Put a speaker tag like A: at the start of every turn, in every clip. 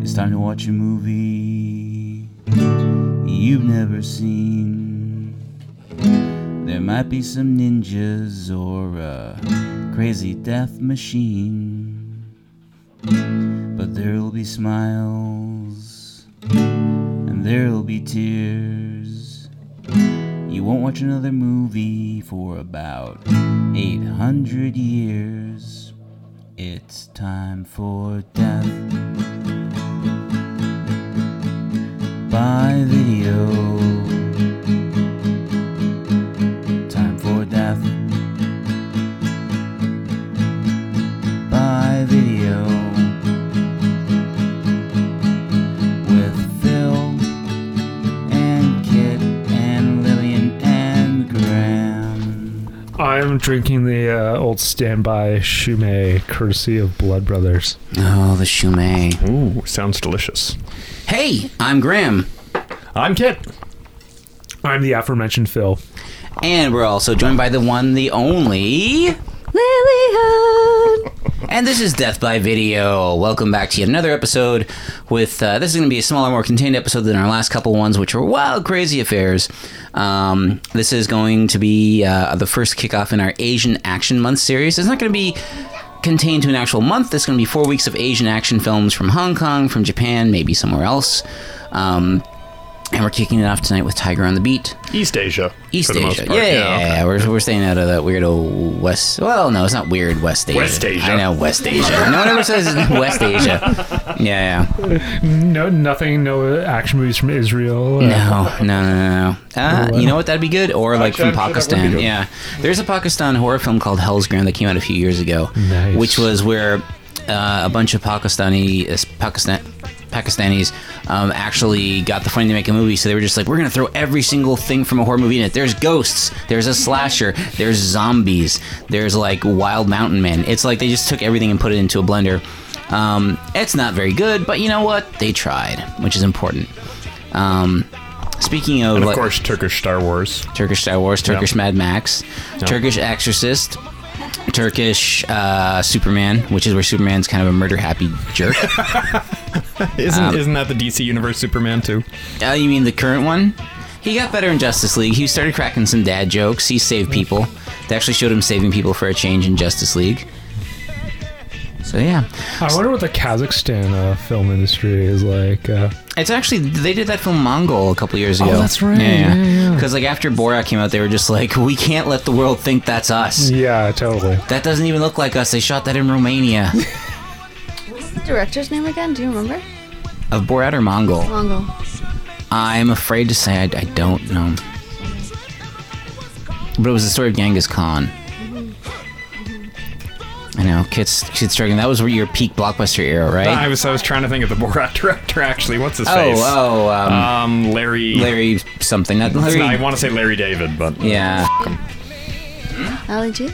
A: It's time to watch a movie you've never seen. There might be some ninjas or a crazy death machine, but there'll be smiles and there'll be tears. You won't watch another movie for about 800 years. It's time for death by video. Time for death by video with Phil and Kit and Lillian and Graham.
B: I'm drinking the uh, old standby Shume, courtesy of Blood Brothers.
A: Oh, the Shumei.
C: Ooh, sounds delicious.
A: Hey, I'm Graham.
C: I'm Kit.
B: I'm the aforementioned Phil.
A: And we're also joined by the one, the only Lillian. And this is Death by Video. Welcome back to yet another episode. With uh, this is going to be a smaller, more contained episode than our last couple ones, which were wild, crazy affairs. Um, this is going to be uh, the first kickoff in our Asian Action Month series. It's not going to be contained to an actual month. It's going to be four weeks of Asian action films from Hong Kong, from Japan, maybe somewhere else. Um, and we're kicking it off tonight with Tiger on the Beat.
C: East Asia.
A: East
C: for the most
A: Asia.
C: part,
A: Yeah, yeah, yeah, yeah. We're, we're staying out of that weirdo West. Well, no, it's not weird West Asia.
C: West Asia.
A: I know West Asia. no one ever says West Asia. Yeah, yeah.
B: No, nothing, no action movies from Israel. Uh,
A: No, no, no, no, no. Uh, you know what? That'd be good. Or like from
C: Actually, actually, that would be
A: Pakistan.
C: good.
A: Yeah. There's a Pakistan horror film called Hell's Ground that came out a few years ago,
B: Nice.
A: which was where uh, a bunch of Pakistani uh, Pakistan. Pakistanis um, actually got the funding to make a movie, so they were just like, "We're gonna throw every single thing from a horror movie in it. There's ghosts, there's a slasher, there's zombies, there's like wild mountain men. It's like they just took everything and put it into a blender. Um, it's not very good, but you know what? They tried, which is important. Um, speaking of,
C: And of
A: like,
C: course, Turkish Star Wars.
A: Turkish Star Wars, Turkish Mad Max, Turkish Exorcist, Turkish uh, Superman, which is where Superman's kind of a murder happy jerk.
C: Isn't
A: Um,
C: isn't that the DC Universe Superman too?
A: uh, you mean the current one? He got better in Justice League. He started cracking some dad jokes. He saved people. They actually showed him saving people for a change in Justice League. So yeah,
B: I wonder what the Kazakhstan uh, film industry is like. Uh,
A: It's actually they did that film Mongol a couple years ago.
B: Oh, that's right.
A: Yeah,
B: Yeah, yeah.
A: Because like after Borat came out, they were just like, we can't let the world think that's us.
B: yeah, totally.
A: That doesn't even look like us. They shot that in Romania.
D: What's the director's name again? Do you remember?
A: of Borat or Mongol?
D: Mongol.
A: I'm afraid to say I, I don't know. But it was the story of Genghis Khan. I know, kids, kids struggling. That was where your peak blockbuster era, right?
C: I was I was trying to think of the Borat director actually. What's his
A: oh,
C: face?
A: oh, um,
B: Uh,
C: Um, Larry.
A: Larry something. Not
C: It's
A: Larry.
C: not- I want to say Larry David, but
A: yeah.
D: Ali E G?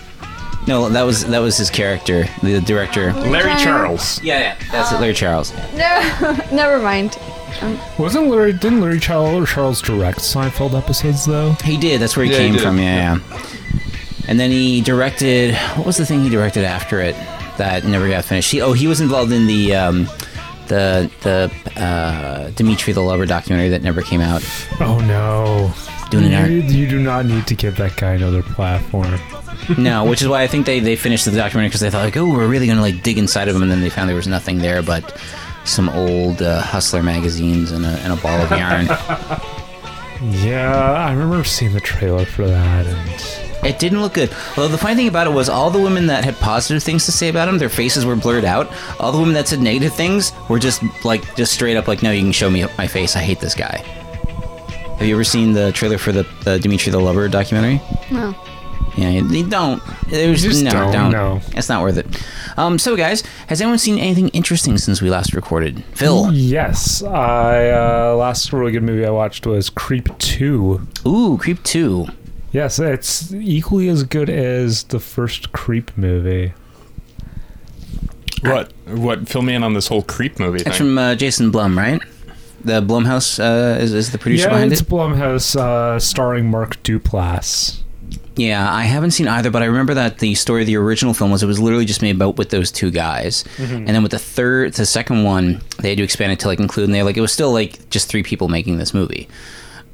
A: No, that was that was his character, the director.
C: Larry Charles.
A: Yeah, yeah, that's it, Larry Charles.
D: No, never mind.
B: Wasn't Larry? Didn't Larry Charles, Charles direct Seinfeld episodes though?
A: He did. That's where he
C: Yeah, he
A: came
C: did,
A: from. Yeah, yeah. And then he directed. What was the thing he directed after it that never got finished? He, oh, he was involved in the um, the the uh, Dimitri the Lover documentary that never came out.
B: Oh no!
A: Doing an
B: you, you do not need to give that guy another platform.
C: Mm-hmm.
A: No, which is why I think they, they finished the documentary because they thought like, oh, we're really gonna like dig inside of him, and then they found there was nothing there but some old uh, Hustler magazines and a, and a ball of yarn.
B: Yeah, I remember seeing the trailer for that, and
A: It didn't look good. Although the funny thing about it was, all the women that had positive things to say about him, their faces were blurred out. All the women that said negative things were just like, just straight up like, "No, you can show me my face. I hate this guy." Have you ever seen the trailer for the, the Dimitri the Lover documentary?
D: No.
A: Yeah, they don't. There's
B: Just
A: no,
B: don't, no.
A: It's not worth it. Um, so guys, has anyone seen anything interesting since we last recorded? Phil.
B: yes, I uh, last really good movie I watched was Creep Two.
A: Ooh, Creep Two.
B: Yes, it's equally as good as the first Creep movie.
C: What what fill me in on this whole creep movie
A: That's
C: thing?
A: from uh, Jason Blum, right? The Blumhouse uh, is, is the producer
B: yeah,
A: behind
B: it's
A: it.
B: Blumhouse, uh, starring Mark Duplass.
A: Yeah, I haven't seen either, but I remember that the story of the original film was it was literally just made about with those two guys, and then with the third, the second one, they had to expand it to like include, and they like it was still like just three people making this movie.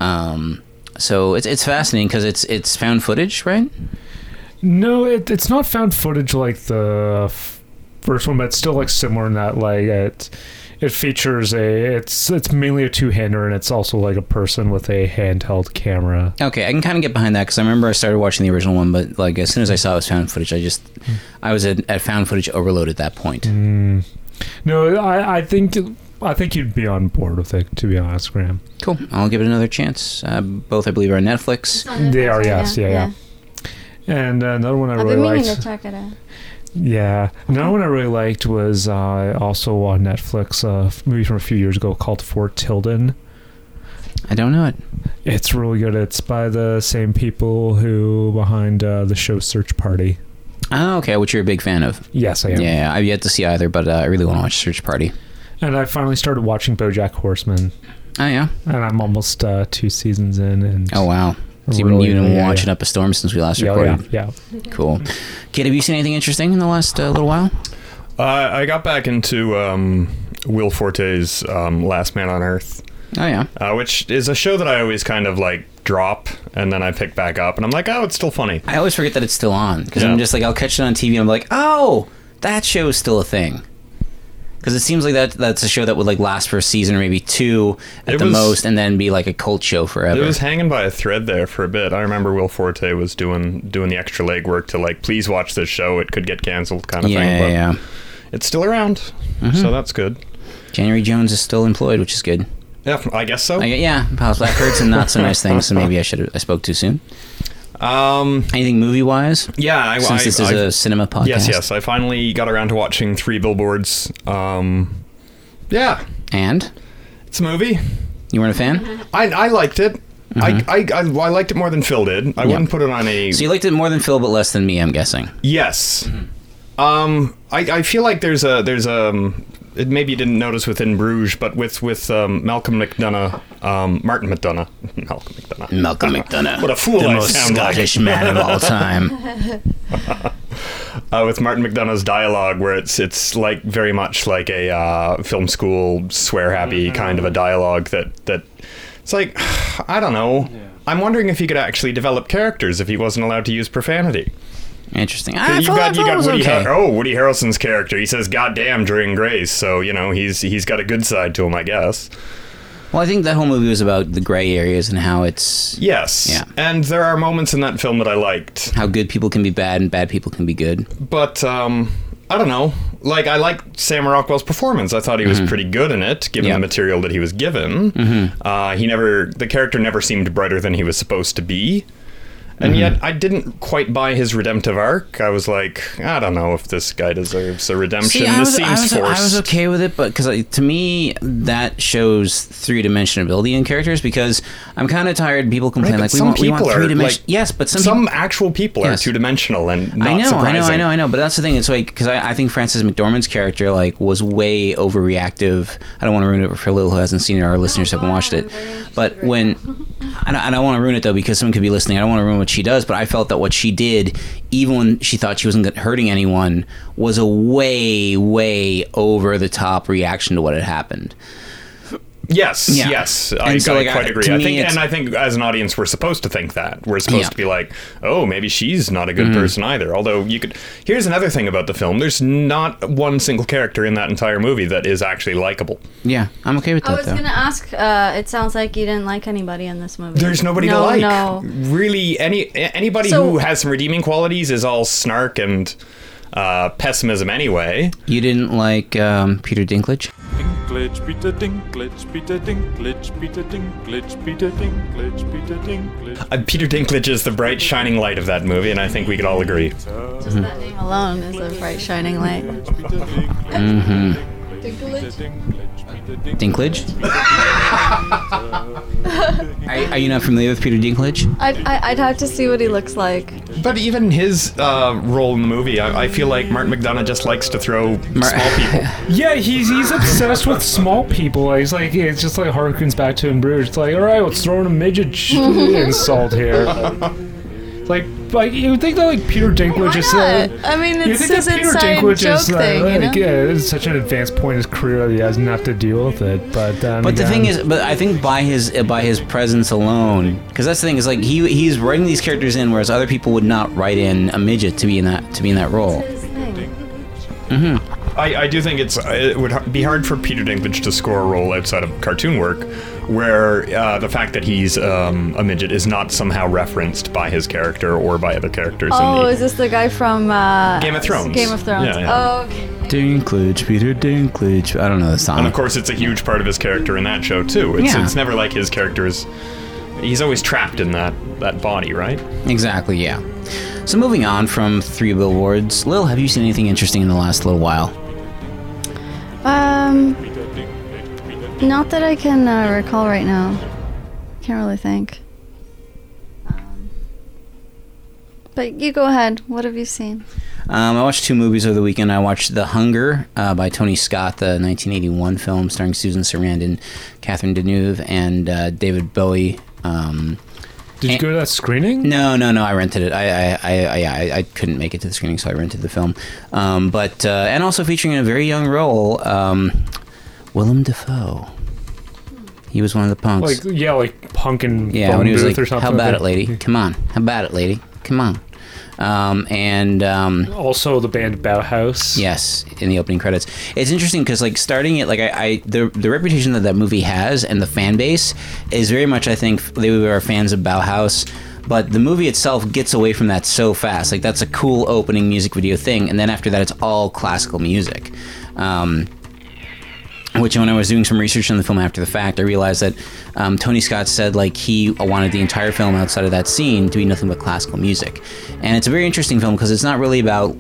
A: Um, so it's it's fascinating because it's it's found footage, right?
B: No, it, it's not found footage like the f- first one, but it's still like similar in that like it it features a it's it's mainly a two hander and it's also like a person with a handheld camera.
A: Okay, I can kind of get behind that because I remember I started watching the original one, but like as soon as I saw it was found footage, I just I was at, at found footage overload at that point.
B: Mm. No, I I think I think you'd be on board with it to be honest, Graham.
A: Cool, I'll give it another chance. Uh, both I believe are on Netflix.
B: They are, yes, yeah, yeah. And another one I
D: I've
B: really
D: been meaning
B: liked.
D: to check it out.
B: Yeah, another one I really liked was uh, also on Netflix a f- movie from a few years ago called Fort Tilden.
A: I don't know it.
B: It's really good. It's by the same people who behind uh, the show Search Party.
A: Oh, okay, which you're a big fan of.
B: Yes, I
A: Yeah,
B: am.
A: I've yet to see either, but uh, I really want to watch Search Party.
B: And I finally started watching BoJack Horseman,
A: Oh yeah.
B: and I'm almost uh, two seasons in. And
A: Oh wow. So you've been,
B: Really,
A: you've been
B: yeah, yeah.
A: watching up a storm since we last
B: yeah,
A: recorded.
B: yeah, yeah.
A: Cool. Kid, have you seen anything interesting in the last uh, little while?
C: Uh, I got back into um, Will Forte's um, Last Man on Earth,
A: Oh yeah.
C: uh, which is a show that I always kind of like drop and then I pick back up and I'm like, oh, it's still funny.
A: I always forget that it's still on because
C: Yeah.
A: I'm just like I'll catch it on TV and I'm like, oh, that show is still a thing. Because it seems like that that's a show that would like last for a season or maybe two at
C: It
A: the
C: was-
A: most, and then be like a cult show
C: It
A: forever.
C: was hanging by a thread there for a bit. I remember Will Forte was doing doing the extra legwork to like, please watch this show. It could get canceled, kind of
A: yeah,
C: thing.
A: yeah,
C: But
A: yeah. Mm-hmm.
C: it's still around, so that's good.
A: January Jones is still employed, which is good.
C: Yeah, I guess so.
A: I, yeah, Palace Blackbirds and not so nice things. So maybe I should have I spoke too soon.
C: um,
A: Anything movie wise?
C: yeah, I,
A: Since
C: I,
A: this is
C: I-
A: a cinema podcast.
C: yes, yes. I finally got around to watching Three Billboards. Um, yeah,
A: And
C: it's a movie.
A: you weren't a fan,
C: I, I liked it. I, I, I, I liked it more than Phil did. I wouldn't put it on a
A: Mm-hmm. so you liked it more than Phil, but less than me. I'm guessing.
C: yes.
A: Mm-hmm.
C: Um, I, I feel like there's a there's a um, it maybe you didn't notice within Bruges, but with with um, Malcolm McDonough, um, Martin McDonough, Malcolm McDonough.
A: Malcolm McDonough.
C: What a fool
A: the
C: I
A: most
C: sound like.
A: Scottish man of all time.
C: Uh, with Martin McDonough's dialogue, where it's it's like very much like a uh, film school swear happy kind of a dialogue that that it's like I don't know. I'm wondering if he could actually develop characters if he wasn't allowed to use profanity.
A: Interesting. I
C: you
A: thought,
C: got
A: I
C: you
A: thought it
C: got
A: was
C: Woody
A: okay.
C: Har- oh Woody Harrelson's character. He says "goddamn" during Grace, so you know he's he's got a good side to him, I guess.
A: Well, I think that whole movie was about the gray areas and how it's
C: Yes.
A: Yeah.
C: And there are moments in that film that I liked,
A: how good people can be bad and bad people can be good.
C: but um, I don't know. Like I like Sam Rockwell's performance. I thought he was pretty good in it, given
A: Mm-hmm. Yeah. Mm-hmm.
C: the material that he was given. Uh, he never the character never seemed brighter than he was supposed to be. And
A: Mm-hmm.
C: yet, I didn't quite buy his redemptive arc. I was like, I don't know if this guy deserves a redemption.
A: I
C: this
A: was,
C: seems
A: I, was, I
C: forced.
A: was okay with it, but because to me that shows three dimensionality in characters. Because I'm kind of tired. People complain
C: but
A: like we
C: some
A: want, we want
C: people are,
A: three dimension.
C: like,
A: yes, but some,
C: some
A: people-
C: actual people
A: Yes.
C: are two dimensional and not
A: I know,
C: surprising.
A: I know, I know, I know. But that's the thing. It's like because I, I think Frances McDormand's character like was way overreactive. I don't want to ruin it for Lil who hasn't seen it. Our listeners haven't watched it. But when I don't, I don't want to ruin it though because someone could be listening. I don't want to ruin what she does. But I felt that what she did, even when she thought she wasn't get- hurting anyone, was a way, way over the top reaction to what had happened.
C: Yes,
A: Yeah.
C: yes, I,
A: And so,
C: I
A: like,
C: quite
A: I-
C: agree.
A: to
C: I
A: me,
C: think,
A: it's-
C: and I think as an audience, we're supposed to think that we're supposed
A: Yeah. Mm.
C: to be like, oh, maybe she's not a good person either. Although you could. Here's another thing about the film: there's not one single character in that entire movie that is actually likable.
A: Yeah, I'm okay with
D: I
A: that
D: was
A: though.
D: gonna ask. Uh, it sounds like you didn't like anybody in this movie.
C: There's nobody
D: no,
C: to like.
D: No,
C: Really, any a- anybody
D: So-
C: who has some redeeming qualities is all snark and uh, pessimism anyway.
A: You didn't like um, Peter Dinklage.
E: Dinklage, Peter Dinklage, Peter Dinklage, Peter Dinklage, Peter Dinklage, Peter Dinklage.
C: Uh, Peter Dinklage is the bright shining light of that movie, and I think we could all agree.
D: just
B: Mm-hmm.
D: that name alone is a bright shining light.
E: Peter Dinklage, Peter Dinklage, Peter
A: Dinklage. are, are you not familiar with Peter Dinklage?
D: I'd, I- I'd have to see what he looks like.
C: But even his uh, role in the movie, I, I feel like Martin McDonough just likes to throw small people.
B: Yeah, he's he's obsessed with small people. He's like it's just like harkens back to in Bruges. It's like all right, let's throw in a midget sh- insult here. Like like you would think that like Peter
D: Why
B: Dinklage is. Uh,
D: not? I mean,
B: you
D: it's
B: think that
D: this
B: Peter
D: inside
B: Dinklage
D: joke
B: is uh,
D: thing, you know?
B: like, yeah, it's such an advanced point in his career that he has not to deal with it. But um, then
A: But the
B: again-
A: thing is, but I think by his by his presence alone, because that's the thing is like he he's writing these characters in, whereas other people would not write in a midget to be in that to be in that role.
D: It's his thing.
C: I, I do think it's it would ha- be hard for Peter Dinklage to score a role outside of cartoon work, where uh, the fact that he's um, a midget is not somehow referenced by his character or by other characters. in
D: Oh,
C: the,
D: is this the guy from uh,
C: Game of Thrones.
D: Game of Thrones.
C: Yeah, yeah.
D: Oh, okay.
A: Dinklage, Peter Dinklage. I don't know the song.
C: and of course, it's a huge part of his character in that show too. It's,
A: Yeah.
C: it's never like his character is. He's always trapped in that that body, right?
A: Exactly. Yeah. So moving on from Three Billboards, Lil, have you seen anything interesting in the last little while?
D: Um, not that I can uh, recall right now. Can't really think. Um, But you go ahead. What have you seen?
A: Um, I watched two movies over the weekend. I watched The Hunger uh, by Tony Scott, the 1981 film starring Susan Sarandon, Catherine Deneuve, and uh, David Bowie. Um,
B: did you go to that screening?
A: no, no, no. I rented it. I, I, I, I, yeah, I, I couldn't make it to the screening, so I rented the film. Um, but uh, and also featuring in a very young role, um, Willem Dafoe. He was one of the punks.
B: Like yeah, like punk and
A: Yeah,
B: Phone
A: when he was
B: Booth
A: like,
B: or something.
A: "How about
B: like
A: it, lady? Come on, how about it, lady? Come on." Um, and um,
B: Also, the band Bauhaus.
A: yes, in the opening credits, it's interesting because like starting it, like I, I the the reputation that that movie has and the fan base is very much, I think, they were fans of Bauhaus. But the movie itself gets away from that so fast. Like that's a cool opening music video thing, and then after that, it's all classical music. Um, which when I was doing some research on the film after the fact, I realized that um, Tony Scott said like he wanted the entire film outside of that scene to be nothing but classical music, and it's a very interesting film because it's not really about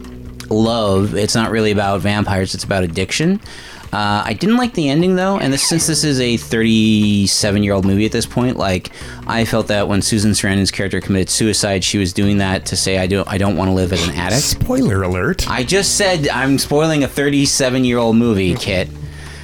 A: love, it's not really about vampires, it's about addiction. Uh, I didn't like the ending though, and this, since this is a 37 year old movie at this point, like I felt that when Susan Sarandon's character committed suicide, she was doing that to say I don't I don't want to live as an addict.
C: Spoiler alert.
A: I just said I'm spoiling a 37 year old movie, Kit.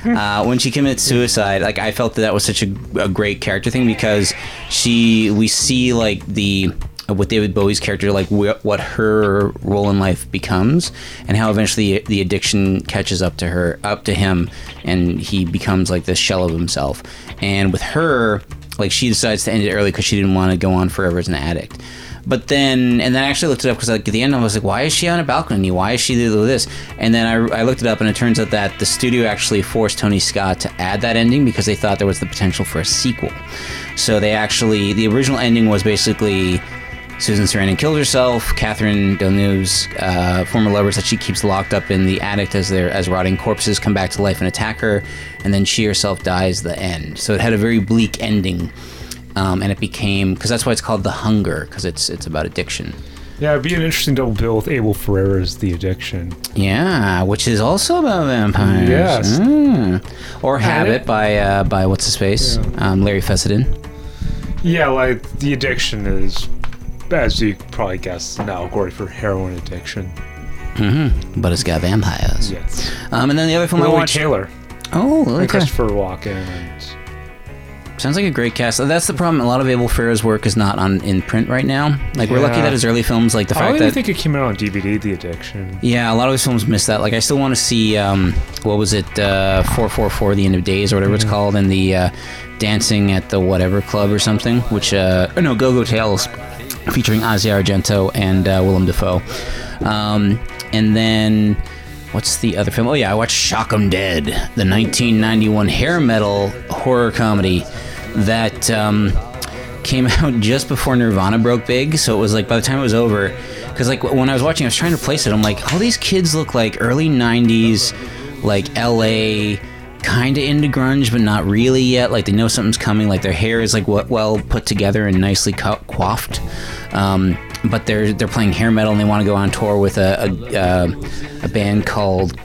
A: Uh, when she commits suicide, like I felt that that was such a, a great character thing because she, we see like the with David Bowie's character, like wh- what her role in life becomes, and how eventually the addiction catches up to her, up to him, and he becomes like this shell of himself. And with her, like she decides to end it early because she didn't want to go on forever as an addict. But then, and then I actually looked it up because like at the end I was like, why is she on a balcony? Why is she doing this? And then I, I looked it up, and it turns out that the studio actually forced Tony Scott to add that ending because they thought there was the potential for a sequel. So they actually, the original ending was basically Susan Sarandon killed herself. Catherine Deneuve's uh, former lovers that she keeps locked up in the attic as their as rotting corpses come back to life and attack her, and then she herself dies. The end. So it had a very bleak ending, um, and it became because that's why it's called The Hunger because it's it's about addiction.
B: yeah, it'd be an interesting double bill with Abel Ferreira as the addiction.
A: Yeah, which is also about vampires.
B: Yes.
A: Mm. Or Habit
B: it.
A: by uh, by what's his face, um, Larry Fessenden.
B: Yeah, like the addiction is, as you probably guessed, an allegory for heroin addiction.
A: But it's got vampires.
B: Yes.
A: Um, and then the other film I
B: Lily
A: watched.
B: Taylor
A: Oh,
B: and
A: okay.
B: Christopher Walken. And,
A: Sounds like a great cast. That's the problem. A lot of Abel Ferrara's work is not on in print right now. Like we're lucky
B: Yeah.
A: that his early films, like the
B: I
A: fact
B: don't
A: that
B: even think it came out on DVD. The addiction.
A: yeah, a lot of his films miss that. Like I still want to see um, what was it, uh, four four four, the end of days or whatever it's called, and the uh, dancing at the whatever club or something. Which uh, oh no, Go Go Tales, featuring Ozzy Argento and uh, Willem Dafoe. Um, and then what's the other film? Oh yeah, I watched Shock 'Em Dead, the 1991 hair metal horror comedy that. Um, came out just before Nirvana broke big, so it was like by the time it was over, because like when I was watching, I was trying to place it. I'm like, all these kids look like early '90s, like LA, kind of into grunge, but not really yet. Like they know something's coming. Like their hair is like what well put together and nicely co- coiffed, um, but they're they're playing hair metal and they want to go on tour with a a, uh, a band called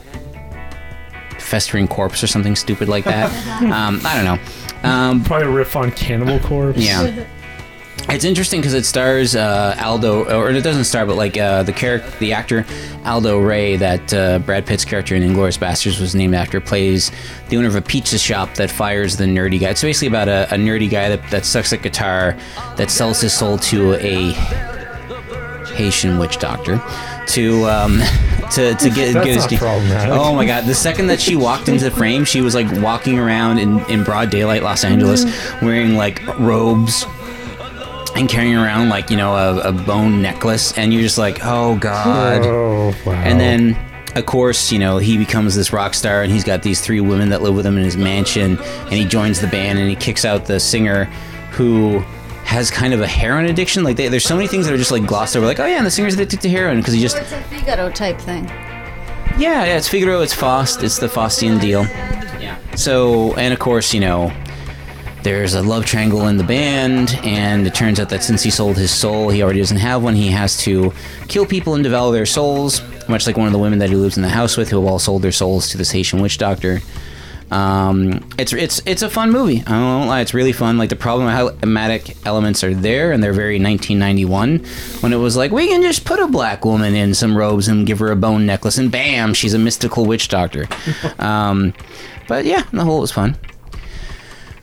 A: Festering Corpse or something stupid like that. um, I don't know. Um,
B: Probably a riff on Cannibal Corpse.
A: yeah. It's interesting because it stars uh, Aldo, or it doesn't star, but like uh, the character, the actor Aldo Ray, that uh, Brad Pitt's character in *Inglorious Bastards* was named after, plays the owner of a pizza shop that fires the nerdy guy. It's basically about a, a nerdy guy that, that sucks at guitar, that sells his soul to a Haitian witch doctor to um, to to get
B: That's
A: get his.
B: not problematic.
A: Oh my god! The second that she walked into the frame, she was like walking around in in broad daylight, Los Angeles, wearing like robes. And carrying around like you know a, a bone necklace, and you're just like, oh god.
B: Oh wow.
A: And then, of course, you know, he becomes this rock star and he's got these three women that live with him in his mansion and he joins the band and he kicks out the singer who has kind of a heroin addiction. Like, they, there's so many things that are just like glossed over. Like, oh yeah, and the singer's addicted to heroin because he just,
D: Or it's a Figaro type thing.
A: yeah, yeah, it's Figaro, it's Faust, it's the Faustian deal. Yeah. So, and of course, you know, there's a love triangle in the band, and it turns out that since he sold his soul, he already doesn't have one. He has to kill people and devour their souls, much like one of the women that he lives in the house with, who have all sold their souls to this Haitian witch doctor. Um, it's it's it's a fun movie. I won't lie, it's really fun. Like the problematic elements are there, and they're very 1991 when it was like we can just put a black woman in some robes and give her a bone necklace, and bam, she's a mystical witch doctor. um, but yeah, the whole was fun.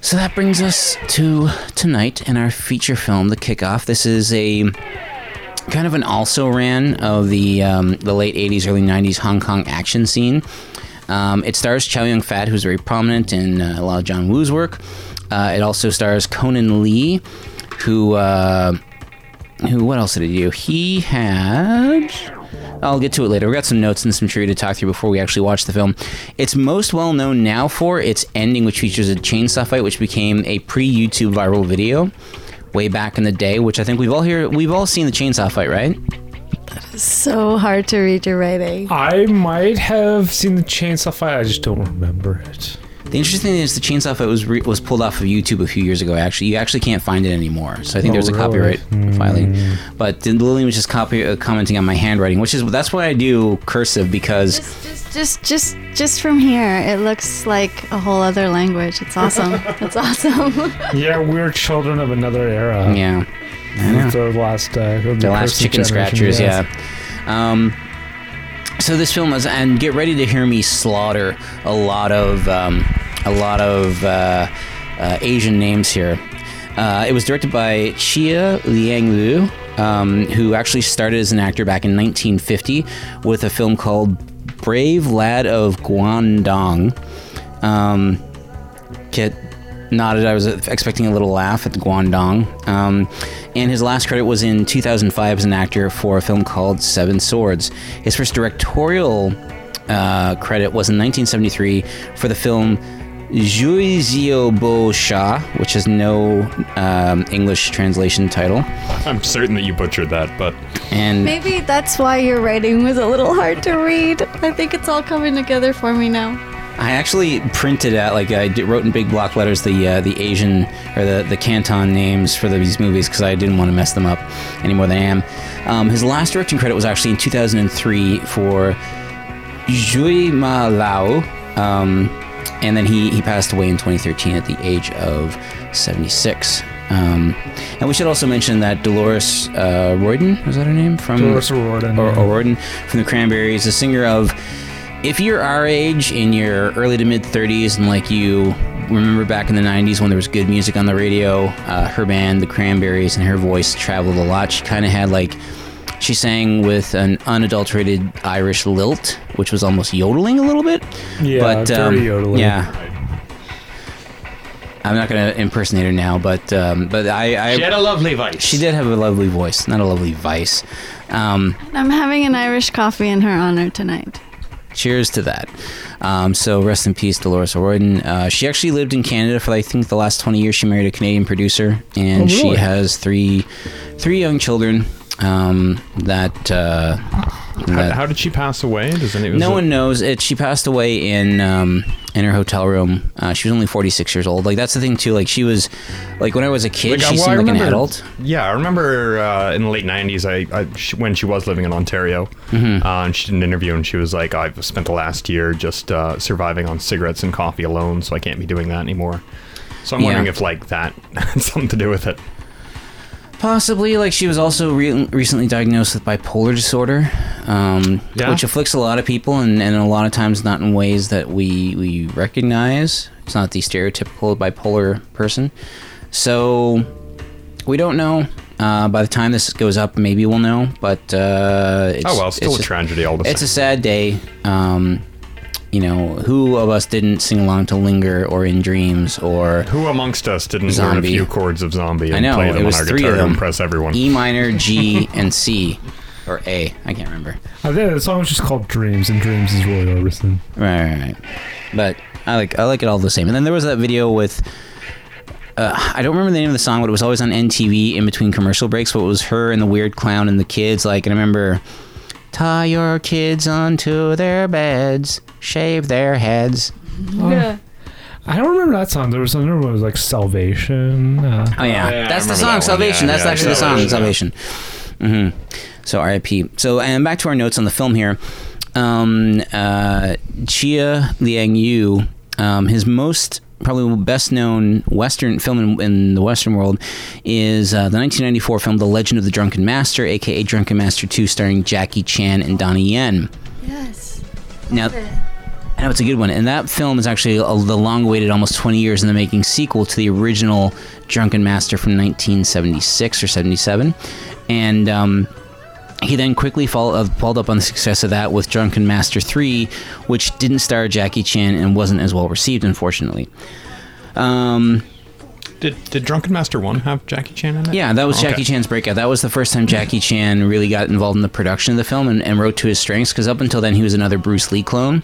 A: So that brings us to tonight and our feature film, The Kickoff. This is a kind of an also ran of the um, the late 80s, early 90s Hong Kong action scene. Um, it stars Chow Yun Fat, who's very prominent in uh, a lot of John Woo's work. Uh, it also stars Conan Lee, who uh, who what else did he do? He had. I'll get to it later. We got some notes and some trivia to talk through before we actually watch the film. It's most well known now for its ending, which features a chainsaw fight, which became a pre-YouTube viral video way back in the day. Which I think we've all here we've all seen the chainsaw fight, right?
D: So hard to read your writing.
B: I might have seen the chainsaw fight. I just don't remember it.
A: The interesting thing is the chainsaw fight was re- was pulled off of YouTube a few years ago. Actually, you actually can't find it anymore. So I think
B: Oh,
A: there's a
B: really?
A: copyright filing. But then Lillian was just copy uh, commenting on my handwriting, which is that's why I do cursive because
D: Just, just, just, just, just from here, it looks like a whole other language. It's awesome. It's awesome.
B: Yeah, we're children of another era.
A: yeah,
B: With The last, uh, the,
A: the last
B: cursed
A: chicken
B: generation,
A: scratchers.
B: yes.
A: Yeah. Um, so this film is, and get ready to hear me slaughter a lot of um, a lot of uh, uh, Asian names here. Uh, it was directed by Chia Liang Lu, um, who actually started as an actor back in 1950 with a film called Brave Lad of Guangdong. Um, Kit nodded. I was expecting a little laugh at Guangdong. Um, and his last credit was in 2005 as an actor for a film called Seven Swords. His first directorial uh, credit was in 1973 for the film Juizio Bo Sha, which has no um, English translation title.
C: I'm certain that you butchered that, but
A: And
D: Maybe that's why your writing was a little hard to read. I think it's all coming together for me now.
A: I actually printed out, like I did, wrote in big block letters, the uh, the Asian or the the Canton names for these movies because I didn't want to mess them up any more than I am. Um, his last directing credit was actually in 2003 for Jui Ma Lao, um, and then he he passed away in 2013 at the age of 76. Um, and we should also mention that Dolores uh, Royden, was that her name from
B: Dolores O'Riordan,
A: or,
B: yeah.
A: O'Riordan from the Cranberries, the singer of if you're our age in your early to mid 30s and like you remember back in the 90s when there was good music on the radio uh, her band the cranberries and her voice traveled a lot she kind of had like she sang with an unadulterated irish lilt which was almost yodeling a little bit
B: Yeah,
A: but um,
B: dirty yodeling.
A: yeah i'm not gonna impersonate her now but um, but i, I
C: a lovely voice.
A: she did have a lovely voice not a lovely vice um,
D: I'm having an Irish coffee in her honor tonight.
A: Cheers to that. Um, so rest in peace, Dolores O'Riordan. Uh, she actually lived in Canada for I think the last twenty years. She married a Canadian producer, and
B: Oh,
A: she
B: really?
A: has three three young children. Um, that uh,
C: How,
A: that-
C: how did she pass away? Does anyone?
A: no one knows. It she passed away in um, in her hotel room. Uh, she was only forty six years old. Like that's the thing too. Like she was like when I was a kid,
C: Like, uh,
A: she
C: well, I
A: seemed like an
C: remember-
A: adult.
C: Yeah, I remember uh, in the late '90s, I, I she, when she was living in Ontario,
A: Mm-hmm.
C: uh, and she did an interview, and she was like, "I've spent the last year just uh, surviving on cigarettes and coffee alone, so I can't be doing that anymore." So I'm
A: Yeah.
C: wondering if like that had something to do with it.
A: Possibly, like she was also re- recently diagnosed with bipolar disorder, um,
C: Yeah.
A: which afflicts a lot of people, and, and a lot of times not in ways that we we recognize. It's not the stereotypical bipolar person, so we don't know. Uh, by the time this goes up, maybe we'll know. But uh, it's,
C: oh well, still
A: it's
C: a
A: just-
C: tragedy all the
A: It's a
C: same.
A: sad day. Um, you know, who of us didn't sing along to "Linger" or "In Dreams" or
C: Who amongst us didn't learn a
A: Zombie.
C: few chords of Zombie and
A: I know
C: play them
A: it was
C: on our
A: three
C: guitar
A: of
C: to
A: them.
C: impress everyone?
A: E minor, G, and C, or A. I can't remember.
B: I think the song was just called Dreams, and Dreams is Roy Orbison.
A: Right, right, right. But I like I like it all the same. And then there was that video with uh, I don't remember the name of the song, but it was always on NTV in between commercial breaks. But it was her and the weird clown and the kids. Like, and I remember tie your kids onto their beds, shave their heads.
D: Yeah.
B: I don't remember that song. There was another one, it was like Salvation. Uh,
A: Oh yeah,
C: yeah, I
A: that's the
C: remember
A: song
C: that one.
A: Salvation.
C: Yeah,
A: that's
C: yeah,
A: actually the song Salvation.
C: Salvation,
A: hmm So R.I.P. So and back to our notes on the film here. Um, uh, Chia Liang Yu, um, his most probably best known Western film in, in the Western world is uh, the 1994 film The Legend of the Drunken Master, aka Drunken Master 2, starring Jackie Chan and Donnie Yen.
D: Yes.
A: Now,
D: Love it.
A: I know it's a good one, and that film is actually a, the long-awaited, almost 20 years in the making sequel to the original Drunken Master from 1976 or 77, and um, he then quickly followed, uh, followed up on the success of that with Drunken Master 3, which didn't star Jackie Chan and wasn't as well received, unfortunately. Um,
C: Did, did Drunken Master One have Jackie Chan in it? Oh,
A: yeah, that was
C: Okay.
A: Jackie Chan's breakout. That was the first time Jackie Chan really got involved in the production of the film and, and wrote to his strengths because up until then he was another Bruce Lee clone.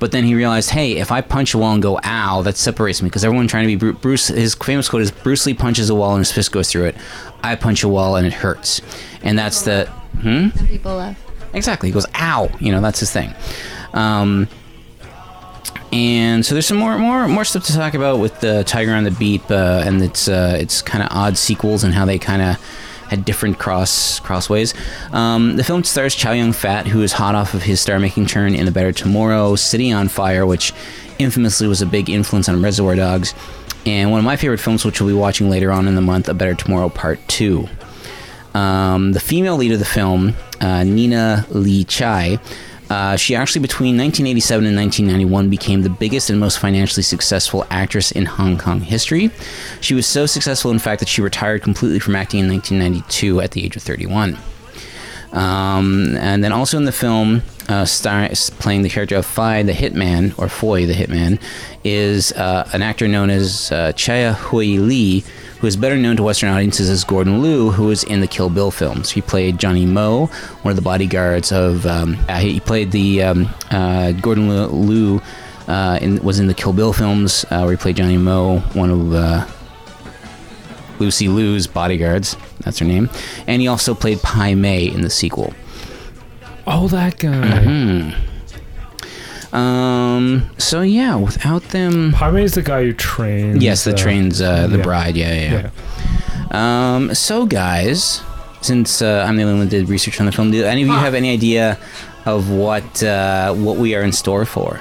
A: But then he realized, hey, if I punch a wall and go ow, that separates me because everyone trying to be Bru- Bruce. His famous quote is Bruce Lee punches a wall and his fist goes through it. I punch a wall and it hurts, and that's the hmm?
D: And people laugh.
A: exactly. He goes ow, you know that's his thing. Um, and so there's some more more more stuff to talk about with the Tiger on the Beat uh, and its uh, its kind of odd sequels and how they kind of had different cross crossways. Um, the film stars Chow Yun Fat, who is hot off of his star-making turn in The Better Tomorrow, City on Fire, which infamously was a big influence on Reservoir Dogs, and one of my favorite films, which we'll be watching later on in the month, A Better Tomorrow Part Two. Um, the female lead of the film, uh, Nina Lee Chai, uh, she actually between 1987 and 1991 became the biggest and most financially successful actress in Hong Kong history. She was so successful, in fact, that she retired completely from acting in 1992 at the age of 31. Um, and then also in the film, uh, star- playing the character of Phi the Hitman, or Foy the Hitman, is uh, an actor known as uh, Chaya Hui Lee, who is better known to Western audiences as Gordon Liu, who was in the Kill Bill films. He played Johnny Moe, one of the bodyguards of. Um, uh, he played the um, uh, Gordon Liu. Liu uh, in, was in the Kill Bill films, uh, where he played Johnny Moe, one of uh, Lucy Liu's bodyguards. That's her name. And he also played Pai Mei in the sequel.
B: oh, that guy.
A: Mm-hmm. Um. So yeah, without them,
B: Jaime is the guy who trains.
A: yes, the
B: uh,
A: trains uh, the
B: yeah.
A: bride. Yeah, yeah. yeah.
B: Yeah.
A: Um. So guys, since uh, I'm the only one that did research on the film, do any of you have any idea of what uh, what we are in store for?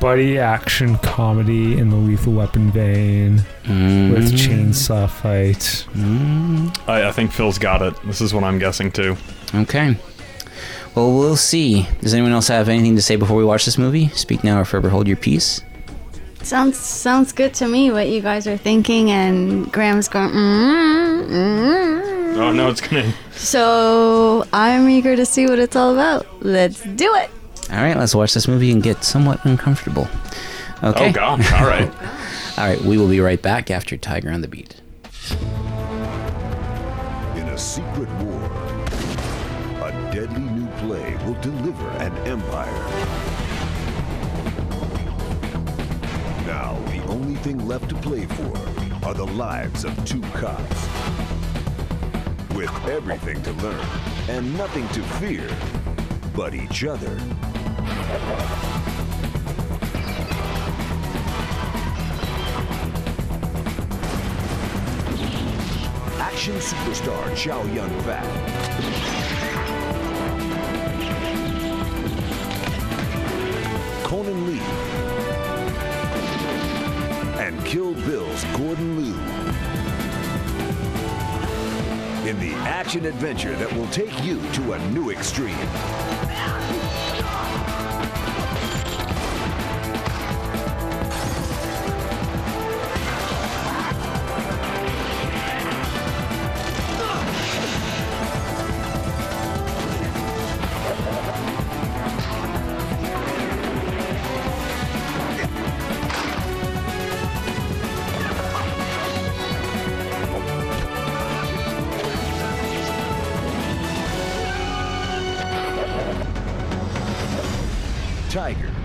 B: Buddy action comedy in the lethal weapon vein
A: Mm-hmm.
B: with chainsaw fight.
C: I, I think Phil's got it. This is what I'm guessing too.
A: Okay. Well, we'll see. Does anyone else have anything to say before we watch this movie? Speak now or forever hold your peace.
D: Sounds sounds good to me what you guys are thinking and Graham's going mm, mm.
C: Oh no, it's gonna.
D: So I'm eager to see what it's all about. Let's do it.
A: All right, let's watch this movie and get somewhat uncomfortable. Okay.
C: Oh gosh. All right.
A: All right, we will be right back after Tiger on the Beat.
F: In a secret war, a deadly new play will deliver an empire. Now, the only thing left to play for are the lives of two cops. With everything to learn and nothing to fear but each other. Action superstar Chow Yun Fat Conan Lee, and Kill Bill's Gordon Liu. In the action adventure that will take you to a new extreme.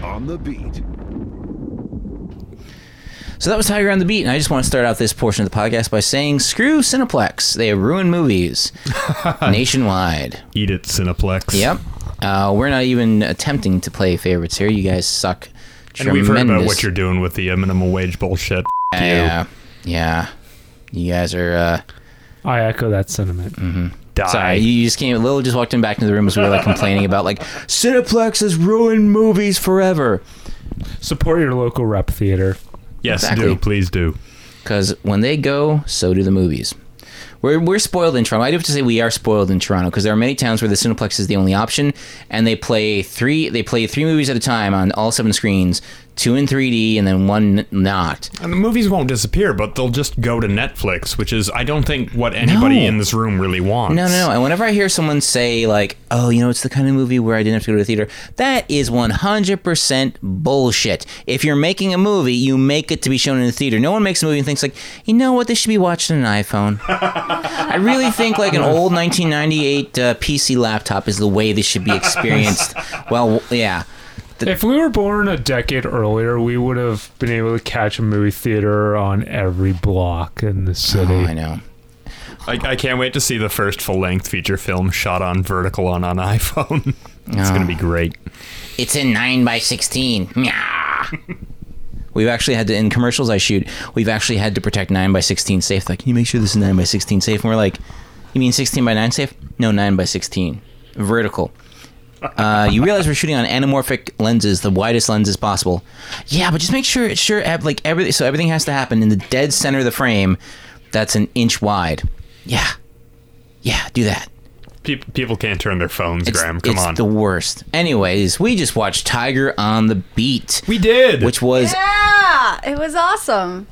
F: on the beat.
A: So that was Tiger on the Beat, and I just want to start out this portion of the podcast by saying, screw Cineplex. They have ruined movies nationwide.
C: Eat it, Cineplex.
A: Yep. Uh, we're not even attempting to play favorites here. You guys suck.
C: And we've heard about what you're doing with the uh, minimum wage bullshit.
A: doing. Yeah. Yeah. You guys are. Uh,
B: I echo that sentiment.
A: Mm.
C: Die.
A: Sorry, you just came. Lil just walked in back into the room as we were like complaining about like Cineplex has ruined movies forever.
B: Support your local rep theater.
C: yes,
A: Exactly.
C: do. Please do.
A: Because when they go, so do the movies. We're, we're spoiled in Toronto. I do have to say we are spoiled in Toronto because there are many towns where the Cineplex is the only option, and they play three they play three movies at a time on all seven screens, two in 3D and then one n- not.
C: And the movies won't disappear, but they'll just go to Netflix, which is, I don't think, what anybody
A: No.
C: in this room really wants.
A: No, no, no. And whenever I hear someone say like, "Oh, you know, it's the kind of movie where I didn't have to go to the theater," that is one hundred percent bullshit. If you're making a movie, you make it to be shown in the theater. No one makes a movie and thinks like, "You know what? They should be watching an iPhone." I really think like an old 1998 uh, PC laptop is the way this should be experienced. well, yeah.
B: If we were born a decade earlier, we would have been able to catch a movie theater on every block in the city.
A: Oh, I know.
C: I, I can't wait to see the first full length feature film shot on vertical on an iPhone.
A: Ah.
C: it's going to be great.
A: It's in nine by sixteen. Meow. We've actually had to in commercials I shoot. We've actually had to protect nine by sixteen safe. Like, can you make sure this is nine by sixteen safe? And we're like, you mean sixteen by nine safe? No, nine by sixteen, vertical. Uh, you realize we're shooting on anamorphic lenses, the widest lenses possible. Yeah, but just make sure it's sure ev- like everything. So everything has to happen in the dead center of the frame. That's an inch wide. Yeah, yeah, do that.
C: Peop people can't turn their phones,
A: It's,
C: Graham. Come
A: it's
C: on.
A: the worst. Anyways, we just watched Tiger on the Beat.
C: we did.
A: which was
D: Yeah, it was awesome.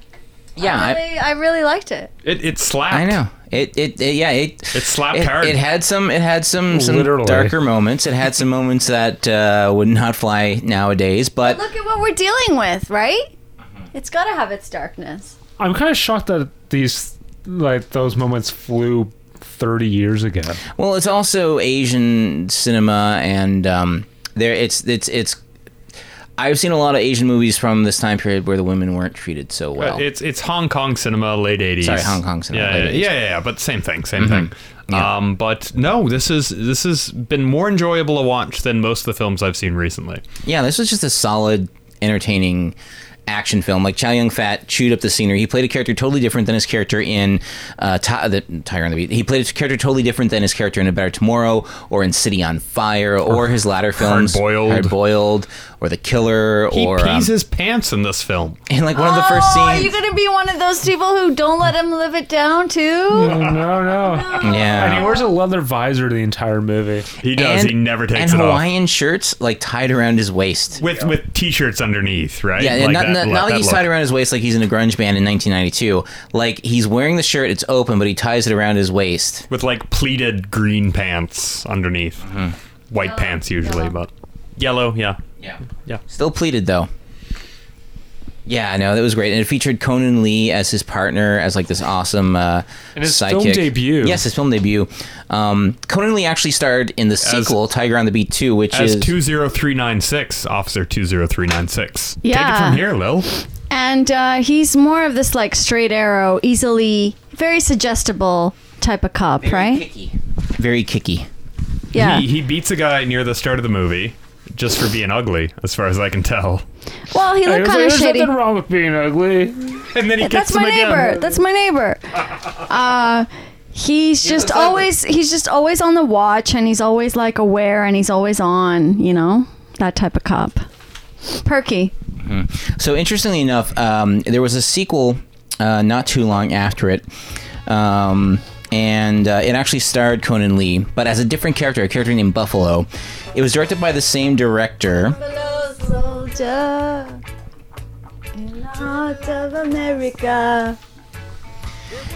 A: yeah,
D: I
A: I,
D: really, I really liked it.
C: it, it slapped.
A: I know it, it. It yeah it
C: It slapped
A: it,
C: hard.
A: It had some it had some some
B: Literally.
A: darker moments. It had some moments that uh, would not fly nowadays. But
D: Look at what we're dealing with, right?
A: Mm-hmm.
D: It's got to have its darkness.
B: I'm kind of shocked that these like those moments flew 30 years ago.
A: well, it's also Asian cinema and um, there it's it's it's. I've seen a lot of Asian movies from this time period where the women weren't treated so
C: Uh,
A: well.
C: it's it's Hong Kong cinema, late eighties.
A: Sorry, Hong Kong cinema,
C: Yeah,
A: late Mm-hmm.
C: yeah,
A: 80s.
C: yeah, yeah, yeah, But same thing, same thing. Um, but no, this is this has been more enjoyable to watch than most of the films I've seen recently.
A: Yeah, this was just a solid, entertaining action film. Like Chow Yun Fat chewed up the scenery. He played a character totally different than his character in uh, Ti- the Tiger on the Beat. He played a character totally different than his character in A Better Tomorrow or in City on Fire or his latter films,
C: Boiled.
A: Hard Boiled or The Killer
C: He
A: or um,
C: pees his pants in this film.
A: in like one of the first
D: oh, are
A: scenes.
D: you gonna be one of those people who don't let him live it down too?
A: Uh,
B: No, no.
A: yeah.
B: And he wears a leather visor the entire movie.
C: He does. he never takes
A: and
C: it off.
A: Hawaiian shirts like tied around his waist.
C: With with t-shirts underneath, right?
A: Yeah, and not, not,
C: that-
A: not like
C: that
A: he's
C: look.
A: tied around his waist like he's in a grunge band in 1992. Like he's wearing the shirt, it's open, but he ties it around his waist.
C: with like pleated green pants underneath,
A: Mm-hmm.
C: white pants usually, but yellow. Yeah,
A: Yeah.
C: Yeah.
A: Still pleated though. Yeah, I know that was great, and it featured Conan Lee as his partner, as like this awesome uh,
B: And his
A: sidekick.
B: film debut.
A: Yes, his film debut. Um, Conan Lee actually starred in the sequel, Tiger on the Beat Two, which
C: as
A: is
C: two zero three nine six, officer two zero three nine six. Take it
D: Yeah.
C: from here, Lil.
D: And uh, he's more of this like straight arrow, easily, very suggestible type of cop, right?
A: kicky. Very kicky.
D: Yeah.
C: He, he beats a guy near the start of the movie just for being ugly, as far as I can tell.
D: well, he
B: Hey,
D: looked
B: there's,
D: kind of
B: there's
D: shady.
B: nothing wrong with being ugly.
C: And then he
D: That's
C: kicks
D: my
C: him again.
D: neighbor. That's my neighbor. Uh, he's just always he's just always on the watch, and he's always like aware, and he's always on. You know that type of cop. Perky.
A: So interestingly enough, um, there was a sequel uh, not too long after it, um, and uh, it actually starred Conan Lee, but as a different character, a character named Buffalo. It was directed by the same director.
D: Soldier in the heart of America.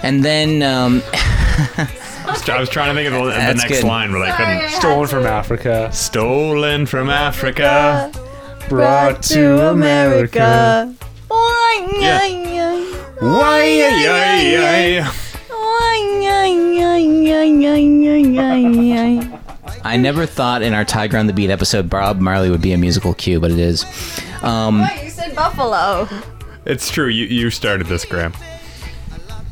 A: And then, um,
C: I was- I was trying to think of the, the
A: That's
C: next
A: good.
C: line, but I couldn't.
B: Stolen from Africa.
C: Stolen from Africa.
B: Brought to America.
C: Why? ay, ay, ay.
A: I I never thought in our Tiger on the Beat episode Bob Marley would be a musical cue, but it is. Um,
D: Wait, you said buffalo.
C: It's true. You you started this, Graham.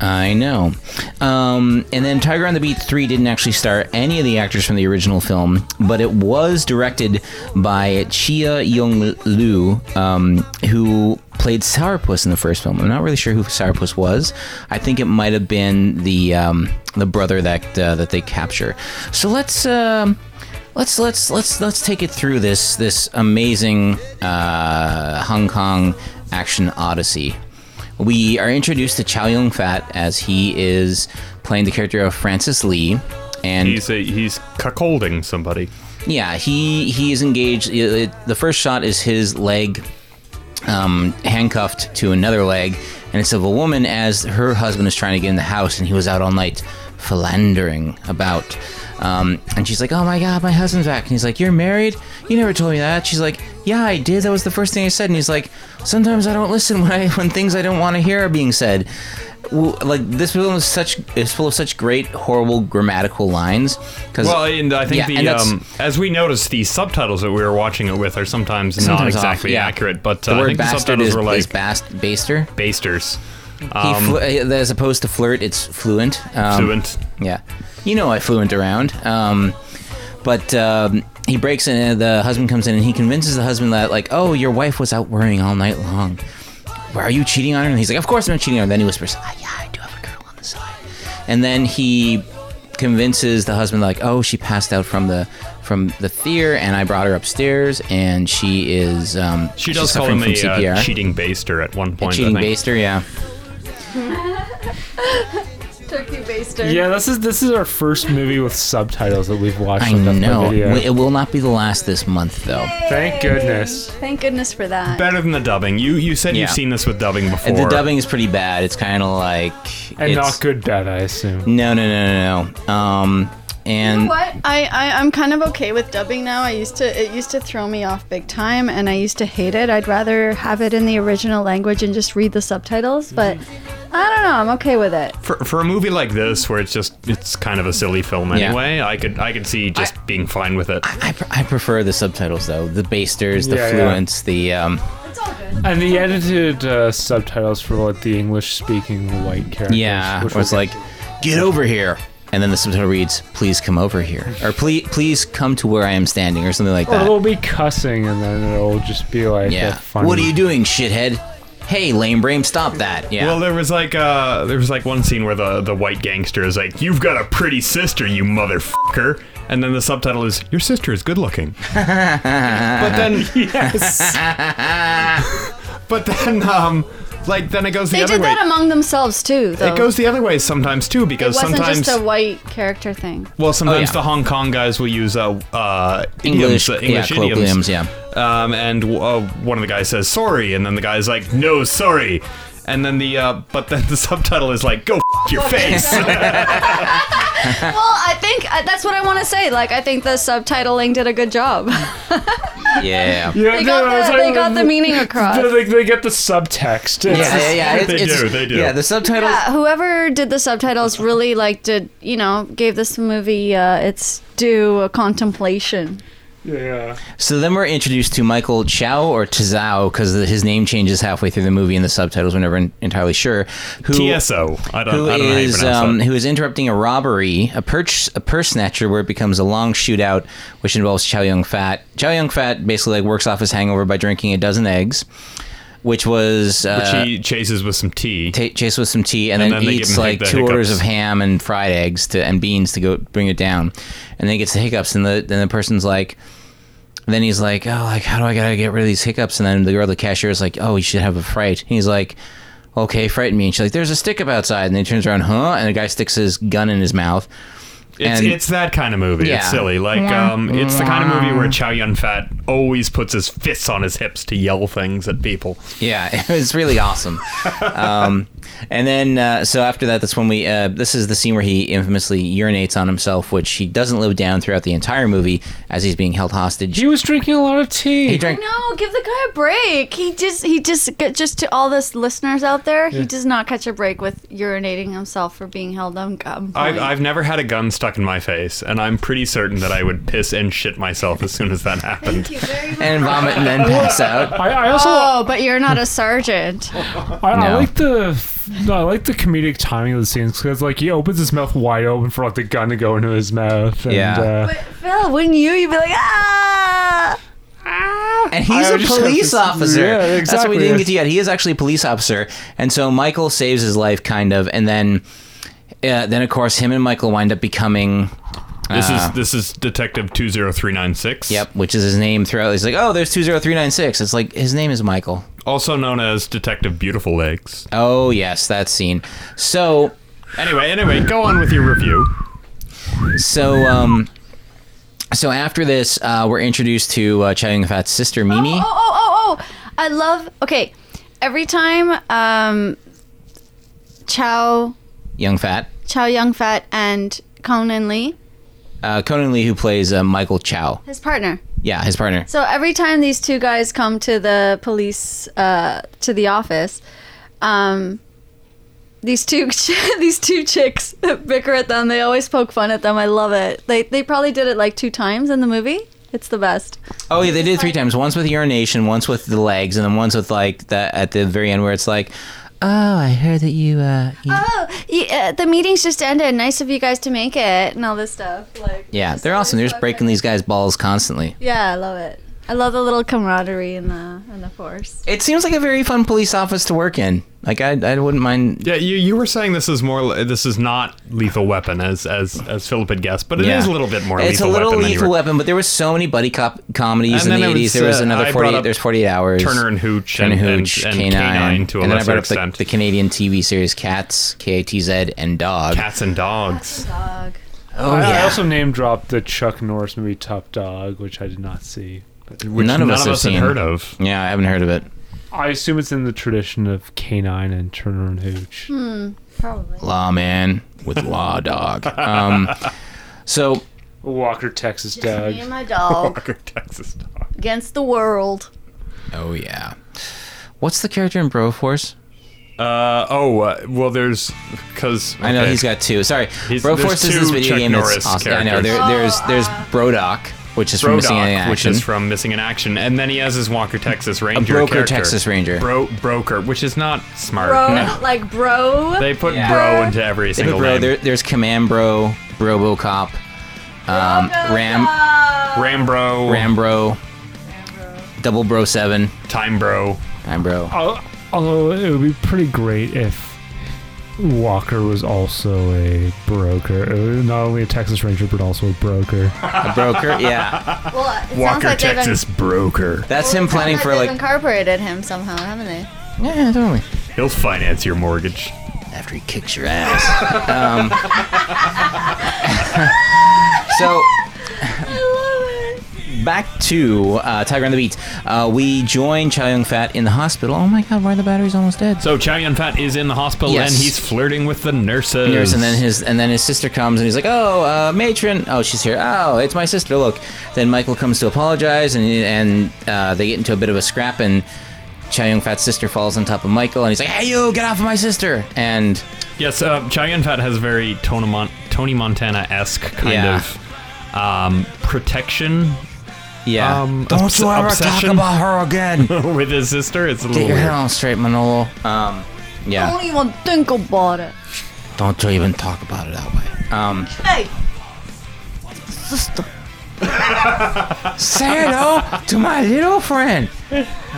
A: I know. Um, and then Tiger on the Beat 3 didn't actually star any of the actors from the original film, but it was directed by Chia Young Lu, um, who played Sourpuss in the first film. I'm not really sure who Sourpuss was. I think it might have been the um, the brother that uh, that they capture. So let's um let's let's let's let's take it through this this amazing uh, Hong Kong action odyssey. We are introduced to Chow Yun Fat as he is playing the character of Francis Lee, and
C: He's a, he's cuckolding somebody.
A: yeah, he he is engaged. It- the first shot is his leg um, handcuffed to another leg, and it's of a woman as her husband is trying to get in the house, and he was out all night philandering about. Um, and she's like, "Oh my god, my husband's back!" And he's like, "You're married? You never told me that." She's like, "Yeah, I did. That was the first thing I said." And he's like, "Sometimes I don't listen when I when things I don't want to hear are being said." Well, like this film is such is full of such great horrible grammatical lines because
C: Well, and I think
A: Yeah,
C: the
A: and that's-
C: um, as we noticed, the subtitles that we were watching it with are sometimes, not
A: Sometimes off,
C: exactly
A: yeah.
C: accurate. But
A: the
C: uh, I
A: word
C: think the
A: bastard
C: subtitles
A: is,
C: were like
A: is bast baster.
C: basters.
A: He
C: Um,
A: fl- uh, as opposed to flirt, it's fluent. Um,
C: fluent.
A: Yeah, you know I fluent around. Um, but um, he breaks in, and the husband comes in, and he convinces the husband that like, oh, your wife was out worrying all night long. Where are you cheating on her? And he's like, of course I'm not cheating on her. Then he whispers, ah, yeah, I do have a girl on the side. And then he convinces the husband like, oh, she passed out from the from the fear, and I brought her upstairs, and she is um,
C: She
A: she's
C: does call
A: suffering
C: him
A: from
C: a uh,
A: CPR.
C: cheating baster at one point.
A: cheating
C: I think.
A: baster, yeah.
D: Turkey baster.
B: Yeah, this is this is our first movie with subtitles that we've watched.
A: I
B: on Death by
A: know.
B: Video.
A: It will not be the last this month, though.
B: Thank goodness.
D: Thank goodness for that.
C: Better than the dubbing. You you said
A: Yeah.
C: you've seen this with dubbing before.
A: And The dubbing is pretty bad. It's kind of like
B: And
A: it's-
B: not good bad, I assume.
A: No, no, no, no, no. Um, and
D: You know what? I, I I'm kind of okay with dubbing now. I used to it used to throw me off big time, and I used to hate it. I'd rather have it in the original language and just read the subtitles. But I don't know. I'm okay with it.
C: for, for a movie like this, where it's just it's kind of a silly film
A: Yeah.
C: anyway, I could I could see just being fine with it.
A: I, pr- I prefer the subtitles though. The basters, the
B: Yeah, yeah.
A: fluents, the um,
D: It's all good.
B: And the edited uh, subtitles for like the English-speaking white characters.
A: yeah,
B: which
A: where it's
B: we'll
A: like,
B: get
A: get over here. And then the subtitle reads, "Please come over here," or "Please, please come to where I am standing," or something like
B: to. or
A: that.
B: it'll be cussing, and then it'll just be like, a
A: yeah.
B: funny-
A: What are you doing, shithead? Hey, lame brain, stop that. Yeah.
C: Well, there was like uh, there was like one scene where the the white gangster is like, "You've got a pretty sister, you motherfucker," and then the subtitle is, "Your sister is good looking." but then yes, but then um, like then it goes the
D: They
C: other
D: did
C: way.
D: that among themselves too, though.
C: it goes the other way sometimes too,
D: It
C: because
D: wasn't
C: sometimes
D: just a white character thing.
C: well, sometimes
A: Oh, yeah.
C: the Hong Kong guys will use uh, uh
A: English,
C: idioms, uh, English
A: yeah,
C: idioms,
A: colloquiums, yeah.
C: um, and uh, one of the guys says sorry, and then the guy's like, "No, sorry," and then the uh, but then the subtitle is like, "Go f- your face."
D: well, I think uh, that's what I want to say. Like, I think the subtitling did a good job.
A: yeah.
B: Yeah,
D: they,
B: no,
D: got
B: it's
D: the,
B: like-
D: they got the meaning across.
B: They, they- they get the subtext. It's
A: Yeah, yeah, yeah. It's,
C: They
A: it's-
C: do, they do.
A: Yeah, the subtitles.
D: Yeah, whoever did the subtitles really like did you know gave this movie uh, its due contemplation.
B: yeah.
A: So then we're introduced to Michael Chow or Tizao because his name changes halfway through the movie and the subtitles. We're never en- entirely sure. Who
C: TSO. I don't,
A: who
C: I don't know how you
A: is
C: pronounce
A: um,
C: that.
A: who is interrupting a robbery, a perch, a purse snatcher, where it becomes a long shootout, which involves Chow Yun Fat. Chow Yun Fat basically like works off his hangover by drinking a dozen eggs, which was uh,
C: Which he chases with some tea.
A: ta chased with some tea, and,
C: And
A: then,
C: then they give
A: eats
C: him
A: like
C: the
A: two orders of
C: hiccups.
A: ham and fried eggs to and beans to go bring it down, and then he gets the hiccups, and the then the person's like. And then he's like, oh, like, how do I gotta get rid of these hiccups? And then the girl, the cashier, is like, oh, you should have a fright. And he's like, okay, frighten me. And she's like, there's a stick up outside. And then he turns around, huh? And the guy sticks his gun in his mouth.
C: It's,
A: and-
C: it's that kind of movie.
A: Yeah.
C: It's silly. Like, um, it's the kind of movie where Chow Yun Fat always puts his fists on his hips to yell things at people.
A: Yeah, it was really awesome. um, And then, uh, so after that, that's when we. Uh, this is the scene where he infamously urinates on himself, which he doesn't live down throughout the entire movie as he's being held hostage.
B: He was drinking a lot of tea.
A: He drank.
D: No, give the guy a break. He just, he just, just to all this listeners out there, he does not catch a break with urinating himself for being held on gunpoint.
C: I've, I've never had a gun stuck in my face, and I'm pretty certain that I would piss and shit myself as soon as that happened.
A: And vomit and then pass out.
B: I, I also
D: Oh, but you're not a sergeant.
B: I, I
A: No.
B: like the no, I like the comedic timing of the scenes because like he opens his mouth wide open for like the gun to go into his mouth. And,
A: Yeah.
B: Uh,
D: But Phil, wouldn't you? You'd be like, ah.
A: And he's
B: I
A: a
B: just have
A: police
B: this-
A: officer.
B: Yeah,
A: That's what we
B: exactly.
A: didn't get to yet. He is actually a police officer, and so Michael saves his life, kind of. And then, uh, then of course, him and Michael wind up becoming.
C: This
A: uh,
C: is this is Detective two zero three nine six.
A: Yep, which is his name throughout. He's like, oh, there's two zero three nine six. It's like his name is Michael.
C: Also known as Detective Beautiful Legs.
A: Oh yes, that scene. So
C: Anyway, anyway, go on with your review.
A: so um, so after this, uh, we're introduced to uh, Chow Yun Fat's sister Mimi.
D: Oh, oh, oh, oh, oh. I love, okay. Every time um, Chow,
A: Young Fat,
D: Chow Young Fat and Conan Lee,
A: uh, Conan Lee, who plays uh, Michael Chow.
D: his partner.
A: Yeah, his partner.
D: So every time these two guys come to the police, uh, to the office, um, these two these two chicks bicker at them. They always poke fun at them. I love it. They they probably did it like two times in the movie. It's the best.
A: Oh yeah, they did it three times. Once with urination, once with the legs, and then once with like that at the very end where it's like, oh, I heard that you. Uh, you-
D: Oh, yeah, the meeting's just ended. Nice of you guys to make it and all this stuff. Like
A: yeah,
D: just
A: they're awesome. They're just
D: love
A: breaking
D: it.
A: these guys' balls constantly.
D: Yeah, I love it. I love the little camaraderie in the in the force.
A: It seems like a very fun police office to work in. Like I, I wouldn't mind
C: Yeah, you, you were saying this is more li- this is not Lethal Weapon as as as Philip had guessed, but it is
A: Yeah.
C: a little bit more.
A: It's a
C: lethal
A: little
C: weapon than you
A: lethal
C: were-
A: weapon, but there was so many buddy cop comedies
C: And
A: in the
C: then it
A: eighties.
C: was,
A: There was
C: uh,
A: another
C: I brought
A: forty.
C: up
A: There's forty eight hours.
C: Turner and Hooch,
A: Turner
C: and,
A: Hooch,
C: and,
A: K
C: and
A: nine,
C: K9 to a
A: and then I
C: lesser
A: brought up the,
C: extent.
A: the Canadian TV series Cats, K A T Z, and Dog.
C: Cats and dogs.
D: Dog.
A: Oh
B: I, I
A: yeah.
B: also name dropped the Chuck Norris movie Top Dog, which I did not see.
C: Which
A: None
C: none,
A: of us
C: of
A: have
C: us had
A: seen.
C: heard of.
A: yeah, I haven't heard of it.
B: I assume it's in the tradition of Canine and Turner and Hooch.
D: Probably.
A: Law man with law dog. Um, so
B: Walker Texas Dog.
D: Me and my dog
C: Fucker, Texas dog.
D: against the world.
A: oh yeah. What's the character in Broforce?
C: Uh, oh, uh, well, there's because
A: I know he's got two. Sorry,
C: He's-
A: Broforce
C: there's
A: is this video
C: two Chuck
A: game that's
C: Norris
A: awesome. I know
C: characters.
A: there, there's there's Brodock, which is from Missing in
C: Brodock,
A: Action.
C: which is from Missing in Action, and then he has his Walker Texas Ranger
A: broker
C: character.
A: Texas Ranger.
C: Bro, broker, which is not smart.
D: Bro,
C: No.
D: like bro.
C: They put
A: Yeah.
C: bro into every
A: They put
C: single
A: bro,
C: name.
A: there, there's Command Bro, Robocop,
D: Oh
A: um, Ram,
C: Rambro,
A: Rambro, Double Bro Seven,
C: Time Bro.
A: I'm Bro.
B: Al- Although it would be pretty great if Walker was also a broker, Uh, not only a Texas Ranger but also a broker.
A: A broker, yeah.
D: Well, it sounds
C: Walker
D: like they've
C: Texas broker.
A: That's him planning for like,
D: incorporated him somehow, haven't they?
A: yeah, totally.
C: He'll finance your mortgage.
A: After he kicks your ass. um, so
D: I love it.
A: back to uh, Tiger on the Beat. Uh, we join Chow Yun Fat in the hospital. Oh my God, why are the batteries almost dead?
C: So Chow Yun Fat is in the hospital
A: Yes.
C: and he's flirting with the nurses.
A: years, and then his and then his sister comes and he's like oh uh, matron oh she's here oh it's my sister look then michael comes to apologize and and uh, they get into a bit of a scrap and Chow Yun Fat's sister falls on top of Michael, and he's like, "Hey, you, get off of my sister!" And
C: yes, uh, Chow Yun Fat has very Tony, Mon- Tony Montana esque kind
A: Yeah.
C: of um, protection
A: yeah,
C: Um, obs- obsession?
A: her again.
C: with his sister. It's a little
A: get your head
C: weird.
A: on straight, Manolo. Um, yeah,
D: Don't even think about it.
A: don't you even talk about it that way. Um,
D: Hey,
A: say hello to my little friend.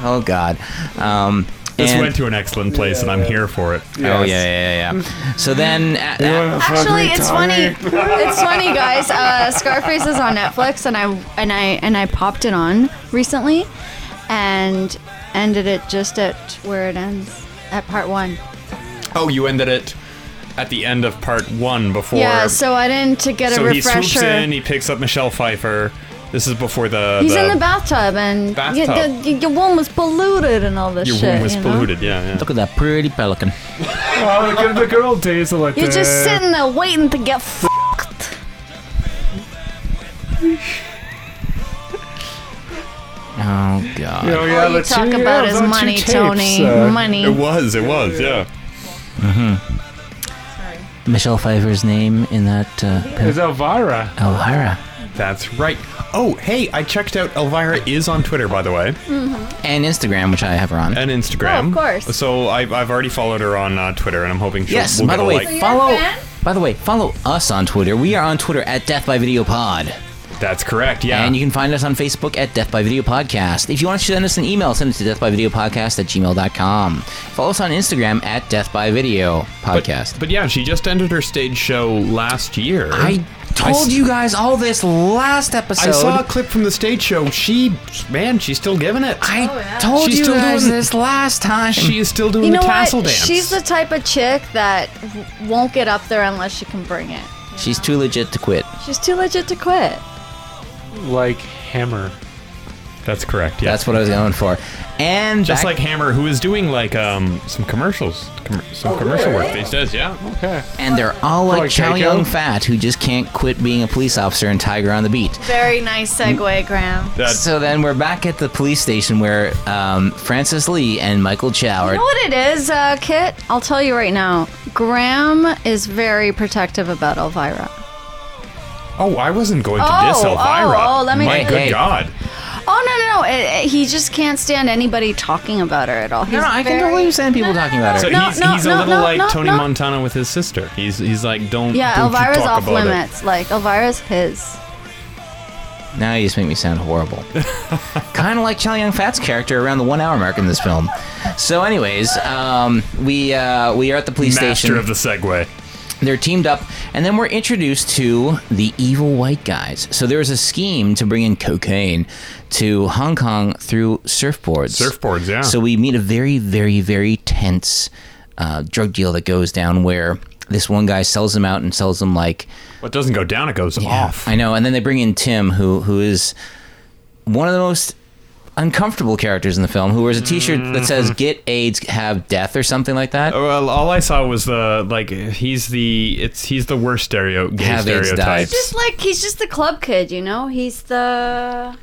A: Oh God. Um,
C: This
A: and-
C: went to an excellent place, and I'm here for it.
A: Oh yeah, yeah, yeah, yeah. So then, a- a-
D: actually, it's funny. It's funny, guys. Uh, Scarface is on Netflix, and I and I and I popped it on recently, and ended it just at where it ends at part one.
C: Oh, you ended it at the end of part one before.
D: yeah, so I didn't to get a
C: so he swoops
D: refresher.
C: in, he picks up Michelle Pfeiffer, This is before the.
D: He's
C: the,
D: in the bathtub and
C: uh, Bathtub.
D: y- the- y- your womb was polluted and all this
C: Your
D: shit.
C: womb was
D: you know?
C: polluted. Yeah, yeah.
A: Look at that pretty pelican.
B: Oh, look at the good old days of like
D: You're
B: the,
D: just sitting there waiting to get fucked.
A: Oh god.
B: You know, yeah,
D: All
B: the
D: you talk
B: two-
D: about
B: yeah,
D: is
B: the two
D: money,
B: tapes,
D: Tony.
B: uh,
D: money.
C: It was. It was. Yeah.
A: Michelle Pfeiffer's name in that uh,
B: Is Elvira?
A: Elvira.
C: That's right. Oh, hey, I checked out. Elvira is on Twitter, by the way,
A: And Instagram, which I have her on.
C: and Instagram.
D: Mm-hmm. Oh, of course.
C: So I, I've already followed her on uh, Twitter, and I'm hoping she'll
A: yes,
C: we'll
A: by
C: get
A: the
C: a
A: way,
C: like.
D: So you're a
A: follow
D: fan?
A: By the way, follow us on Twitter. We are on Twitter at Death by Video Pod.
C: That's correct. Yeah.
A: And you can find us on Facebook at Death by Video Podcast. If you want to send us an email, send it to deathbyvideopodcast at gmail.com. Follow us on Instagram at Death by Video
C: but,
A: Podcast.
C: but yeah, she just ended her stage show last year.
A: I told
C: s-
A: you guys all this last episode.
C: I saw a clip from the stage show. She, man, she's still giving it.
A: I
D: Oh,
A: told
C: She's
A: you
C: still
A: guys
C: doing-
A: this last time.
C: she is still doing
D: You know
C: the tassel
D: what?
C: dance.
D: She's the type of chick that w- won't get up there unless she can bring it.
A: She's too legit to quit.
D: She's too legit to quit.
B: Like Hammer.
C: That's correct. Yeah.
A: That's what I was going for. And
C: Just
A: back-
C: like Hammer, who is doing like um some commercials, com-
D: Oh,
C: some commercial work these days. Yeah.
B: Okay.
A: And they're all like,
B: Like
A: Chow
B: Keiko?
A: Young Fat, who just can't quit being a police officer and Tiger on the Beat.
D: Very nice segue, Graham.
C: That
A: So then we're back at the police station where um, Francis Lee and Michael Chow are.
D: You know what it is, uh, Kit? I'll tell you right now. Graham is very protective about Elvira.
C: Oh, I wasn't going to
D: Oh,
C: diss Elvira.
D: oh, oh, let me-
C: My
A: Hey,
C: good
A: hey.
C: God.
D: Oh no, no, no! It, it- he just can't stand anybody talking about her at all. He's
A: no, no, I can
D: very-
A: totally understand people talking about her.
C: So
D: No,
C: he's,
D: no,
C: he's a
D: no,
C: little
D: no,
C: like
D: no,
C: Tony
D: no.
C: Montana with his sister. He's he's like don't.
D: Yeah,
C: don't
D: Elvira's
C: you talk
D: off
C: about it.
D: limits. Like Elvira's his.
A: Now you just make me sound horrible. kind of like Chow Young Fat's character around the one hour mark in this film. So, anyways, um, we uh, we are at the police station.
C: Master of the Segway.
A: They're teamed up, and then we're introduced to the evil white guys. So there was a scheme to bring in cocaine to Hong Kong through surfboards.
C: Surfboards, yeah.
A: So we meet a very, very, very tense uh, drug deal that goes down where this one guy sells them out and sells them like
C: What doesn't go down, it goes off.
A: I know, and then they bring in Tim, who who is one of the most uncomfortable characters in the film, who wears a T-shirt that
C: Mm-hmm.
A: says "Get AIDS, Have Death" or something like that.
C: Well, all I saw was the like he's the it's he's the worst stereo gay
A: Have AIDS
C: stereotypes.
A: dies.
D: Just like he's just the club kid, you know. He's the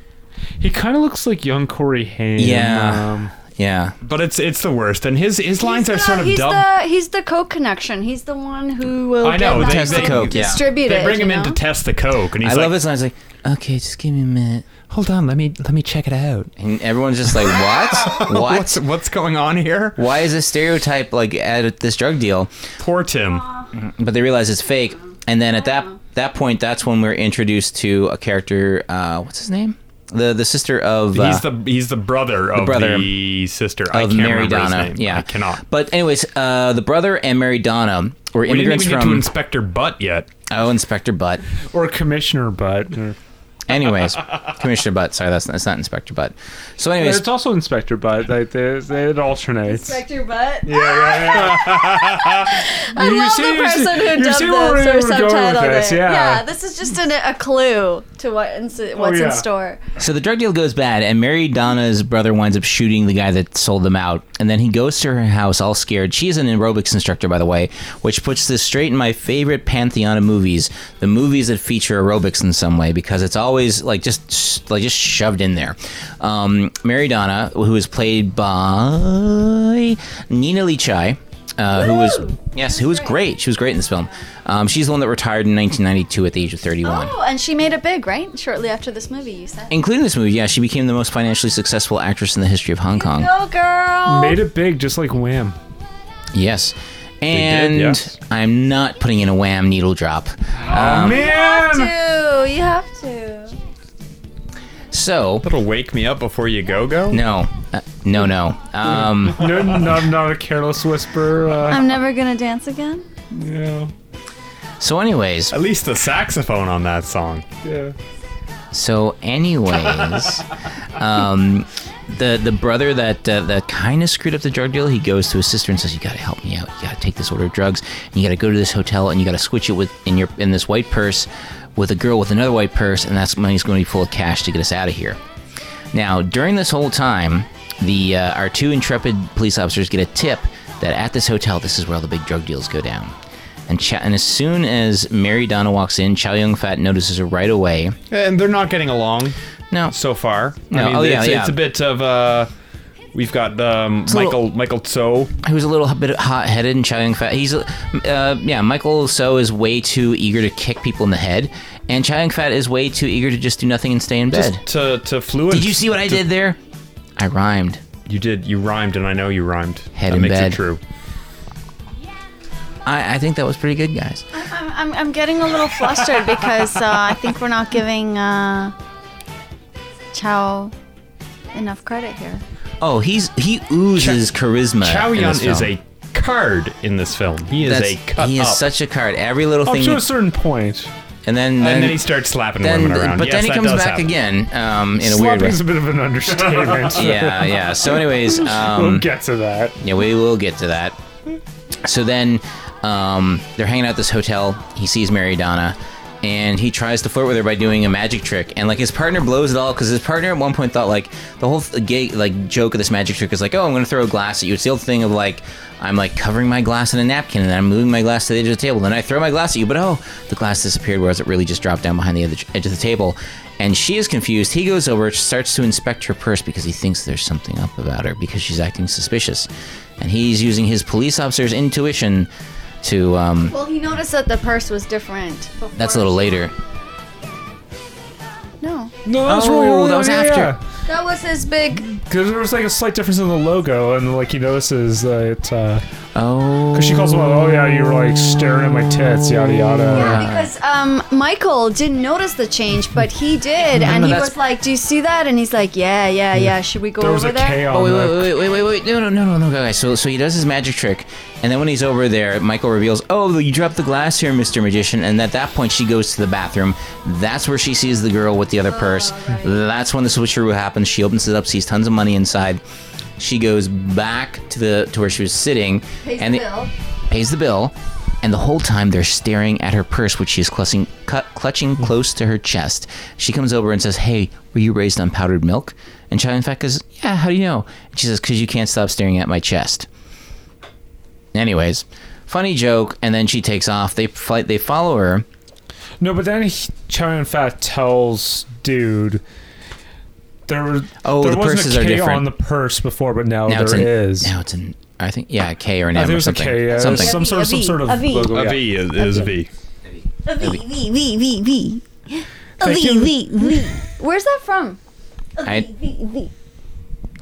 B: He kind of looks like young Corey Haim.
A: Yeah.
B: Um,
A: Yeah,
C: But it's it's the worst, and his his lines
D: he's
C: are
D: the,
C: sort of
D: he's
C: dubbed.
D: the he's the coke connection. He's the one who will.
C: I
D: get
C: know, they-
D: that
A: Test the
D: thing
A: coke, yeah.
D: Distributed.
C: they bring him
D: you
C: in to
D: know?
C: test the coke, and he's
A: I
C: like,
A: love his lines. Like, okay, just give me a minute.
C: "Hold on, let me let me check it out.
A: And everyone's just like, what?
C: What's
A: what?
C: what's going on here?"
A: Why is this stereotype like at this drug deal?
C: Poor Tim.
A: But they realize it's fake. And then at that that point, that's when we're introduced to a character. Uh, what's his name? The the sister of uh,
C: He's the he's the brother of the,
A: brother
C: sister. I
A: of
C: can't
A: Mary
C: remember
A: Donna.
C: his name.
A: Yeah,
C: I cannot.
A: But anyways, uh, the brother and Mary Donna were
C: we didn't
A: immigrants
C: even get
A: from
C: to Inspector Butt yet.
A: oh Inspector Butt.
B: or Commissioner Butt. Or,
A: Anyways, Commissioner Butt. Sorry, that's that's not Inspector Butt. So anyways,
B: it's also Inspector Butt. Like they, they, it alternates.
D: Inspector Butt.
B: I
D: I love the person who dubbed this or subtitled it.
B: Yeah.
D: this is just an, a clue to what in, what's
C: Oh,
B: yeah.
D: in store.
A: So the drug deal goes bad, and Mary Donna's brother winds up shooting the guy that sold them out. And then he goes to her house all scared. She's an aerobics instructor, by the way, which puts this straight in my favorite pantheon of movies the movies that feature aerobics in some way, because it's always like just like just shoved in there. Um, Mary Donna, who is played by Nina Lee Chai. Uh, who was yes? Who was great? She was great in this film. Um, she's the one that retired in 1992 at the age of 31
D: Oh, and she made it big, right? Shortly after this movie, you said.
A: including this movie, yeah, she became the most financially successful actress in the history of Hong Kong.
D: Go, girl.
B: Made it big, just like Wham.
A: Yes. And
C: yes.
A: I'm not putting in a wham needle drop. Um,
B: Man!
D: to. You have to.
A: so,
C: Little wake me up before you go go.
A: no. Uh, no, no. Um,
B: No, not, not a careless whisper. Uh,
D: I'm never gonna dance again.
B: you know,
A: so, anyways.
C: At least the saxophone on that song.
B: yeah.
A: So, anyways. um, the, the brother that uh, that kind of screwed up the drug deal, he goes to his sister and says, "You got to help me out. You got to take this order of drugs. And you got to go to this hotel and you got to switch it with in your in this white purse with a girl with another white purse, and that's money's going to be full of cash to get us out of here. Now, during this whole time, the uh, our two intrepid police officers get a tip that at this hotel, this is where all the big drug deals go down. And, Cha- and as soon as Mary Donna walks in, Chow Yun Fat notices her right away.
G: And they're not getting along
A: No,
G: so far.
A: No,
G: I mean,
A: oh, yeah,
G: it's,
A: yeah.
G: it's a bit of uh, we've got um,
A: a
G: Michael
A: little-
G: Michael Tso.
A: he was a little bit hot-headed and Chow Yun-fat. He's, uh, yeah, Michael So is way too eager to kick people in the head, and Chow Yun-fat is way too eager to just do nothing and stay in bed.
G: Just to to fluent.
A: did you see what I
G: to-
A: did there? I rhymed.
G: You did. You rhymed, and I know you rhymed.
A: Head
G: that
A: in
G: makes
A: bed.
G: it true.
A: I, I think that was pretty good, guys.
D: I'm, I'm, I'm getting a little flustered because uh, I think we're not giving uh, Chow enough credit here.
A: Oh, he's he oozes charisma.
G: Chow
A: in
G: Yun
A: this
G: is
A: film.
G: a card in this film. He is
A: That's-
G: a cut
A: he is
G: up. Oh,
A: such a card. Every little
B: Up
A: thing,
B: to a certain point.
A: and then
G: and
A: then,
G: then he starts slapping
A: then-
G: women around.
A: but
G: Yes,
A: then he
G: that
A: comes
G: does
A: back
G: happen.
A: again um, in a weird way.
B: Slapping's a bit of an understatement.
A: yeah, yeah. So, anyways, um,
B: We'll get to that.
A: Yeah, we will get to that. So then, um, they're hanging out at this hotel. He sees Mary Donna, and he tries to flirt with her by doing a magic trick. And like his partner blows it all because his partner at one point thought like the whole th- gay like joke of this magic trick is like, oh, I'm gonna throw a glass at you. It's the old thing of like I'm like covering my glass in a napkin and then I'm moving my glass to the edge of the table. Then I throw my glass at you, but oh, the glass disappeared, whereas it really just dropped down behind the edge edge of the table. And she is confused. He goes over, starts to inspect her purse because he thinks there's something up about her because she's acting suspicious. And he's using his police officer's intuition to. Um,
D: Well, he noticed that the purse was different.
A: that's a little later.
D: No,
B: No, that was
A: Oh,
B: really early
A: that
B: on,
A: was
B: yeah,
A: after.
B: yeah.
D: that was his big.
B: Because there was like a slight difference in the logo, and like he notices that uh,
A: Oh.
B: 'cause she calls him, out, "Oh yeah, you were like staring at my tits, yada yada."
D: Yeah, because um, Michael didn't notice the change, but he did, and he
A: that's-
D: was like, "Do you see that?" And he's like, "Yeah, yeah, yeah." Should we go
B: There was
D: over
B: a K
D: there?
B: on
A: Oh wait,
B: the-
A: wait, wait, wait, wait, wait! No, no, no, no, no, guys. So, so he does his magic trick, and then when he's over there, Michael reveals, "Oh, you dropped the glass here, Mister Magician." And at that point, she goes to the bathroom. That's where she sees the girl with the other purse. That's when the switcheroo happens. She opens it up, sees tons of money inside. She goes back to the to where she was sitting,
D: Pays
A: and
D: the
A: the-
D: bill.
A: pays the bill, and the whole time they're staring at her purse, which she is clutching, cu- clutching
B: Mm.
A: close to her chest. She comes over and says, "Hey, were you raised on powdered milk?" And Chow Yun Fat goes, "Yeah, how do you know?" And she says, "Cause you can't stop staring at my chest." Anyways, funny joke, and then she takes off. They flight, they follow her.
B: No, but then he, Chow Yun Fat tells dude there were
A: Oh,
B: there
A: the
B: wasn't
A: purses
B: a
A: are
B: K
A: different.
B: on the purse before, but now,
A: now it's
B: Oh, there
A: an
B: is.
A: now it's an I think yeah a K or an
B: I
A: M
B: think it
A: or
B: was a
A: something
B: K, yeah, it was
A: something.
B: some sort of
D: A V,
B: some sort of
D: a V.
B: logo.
C: A
B: yeah.
C: V is, is a V.
D: V V V V V.
B: Thank
D: V
B: you.
D: V V. Where's that from?
A: I,
D: V V.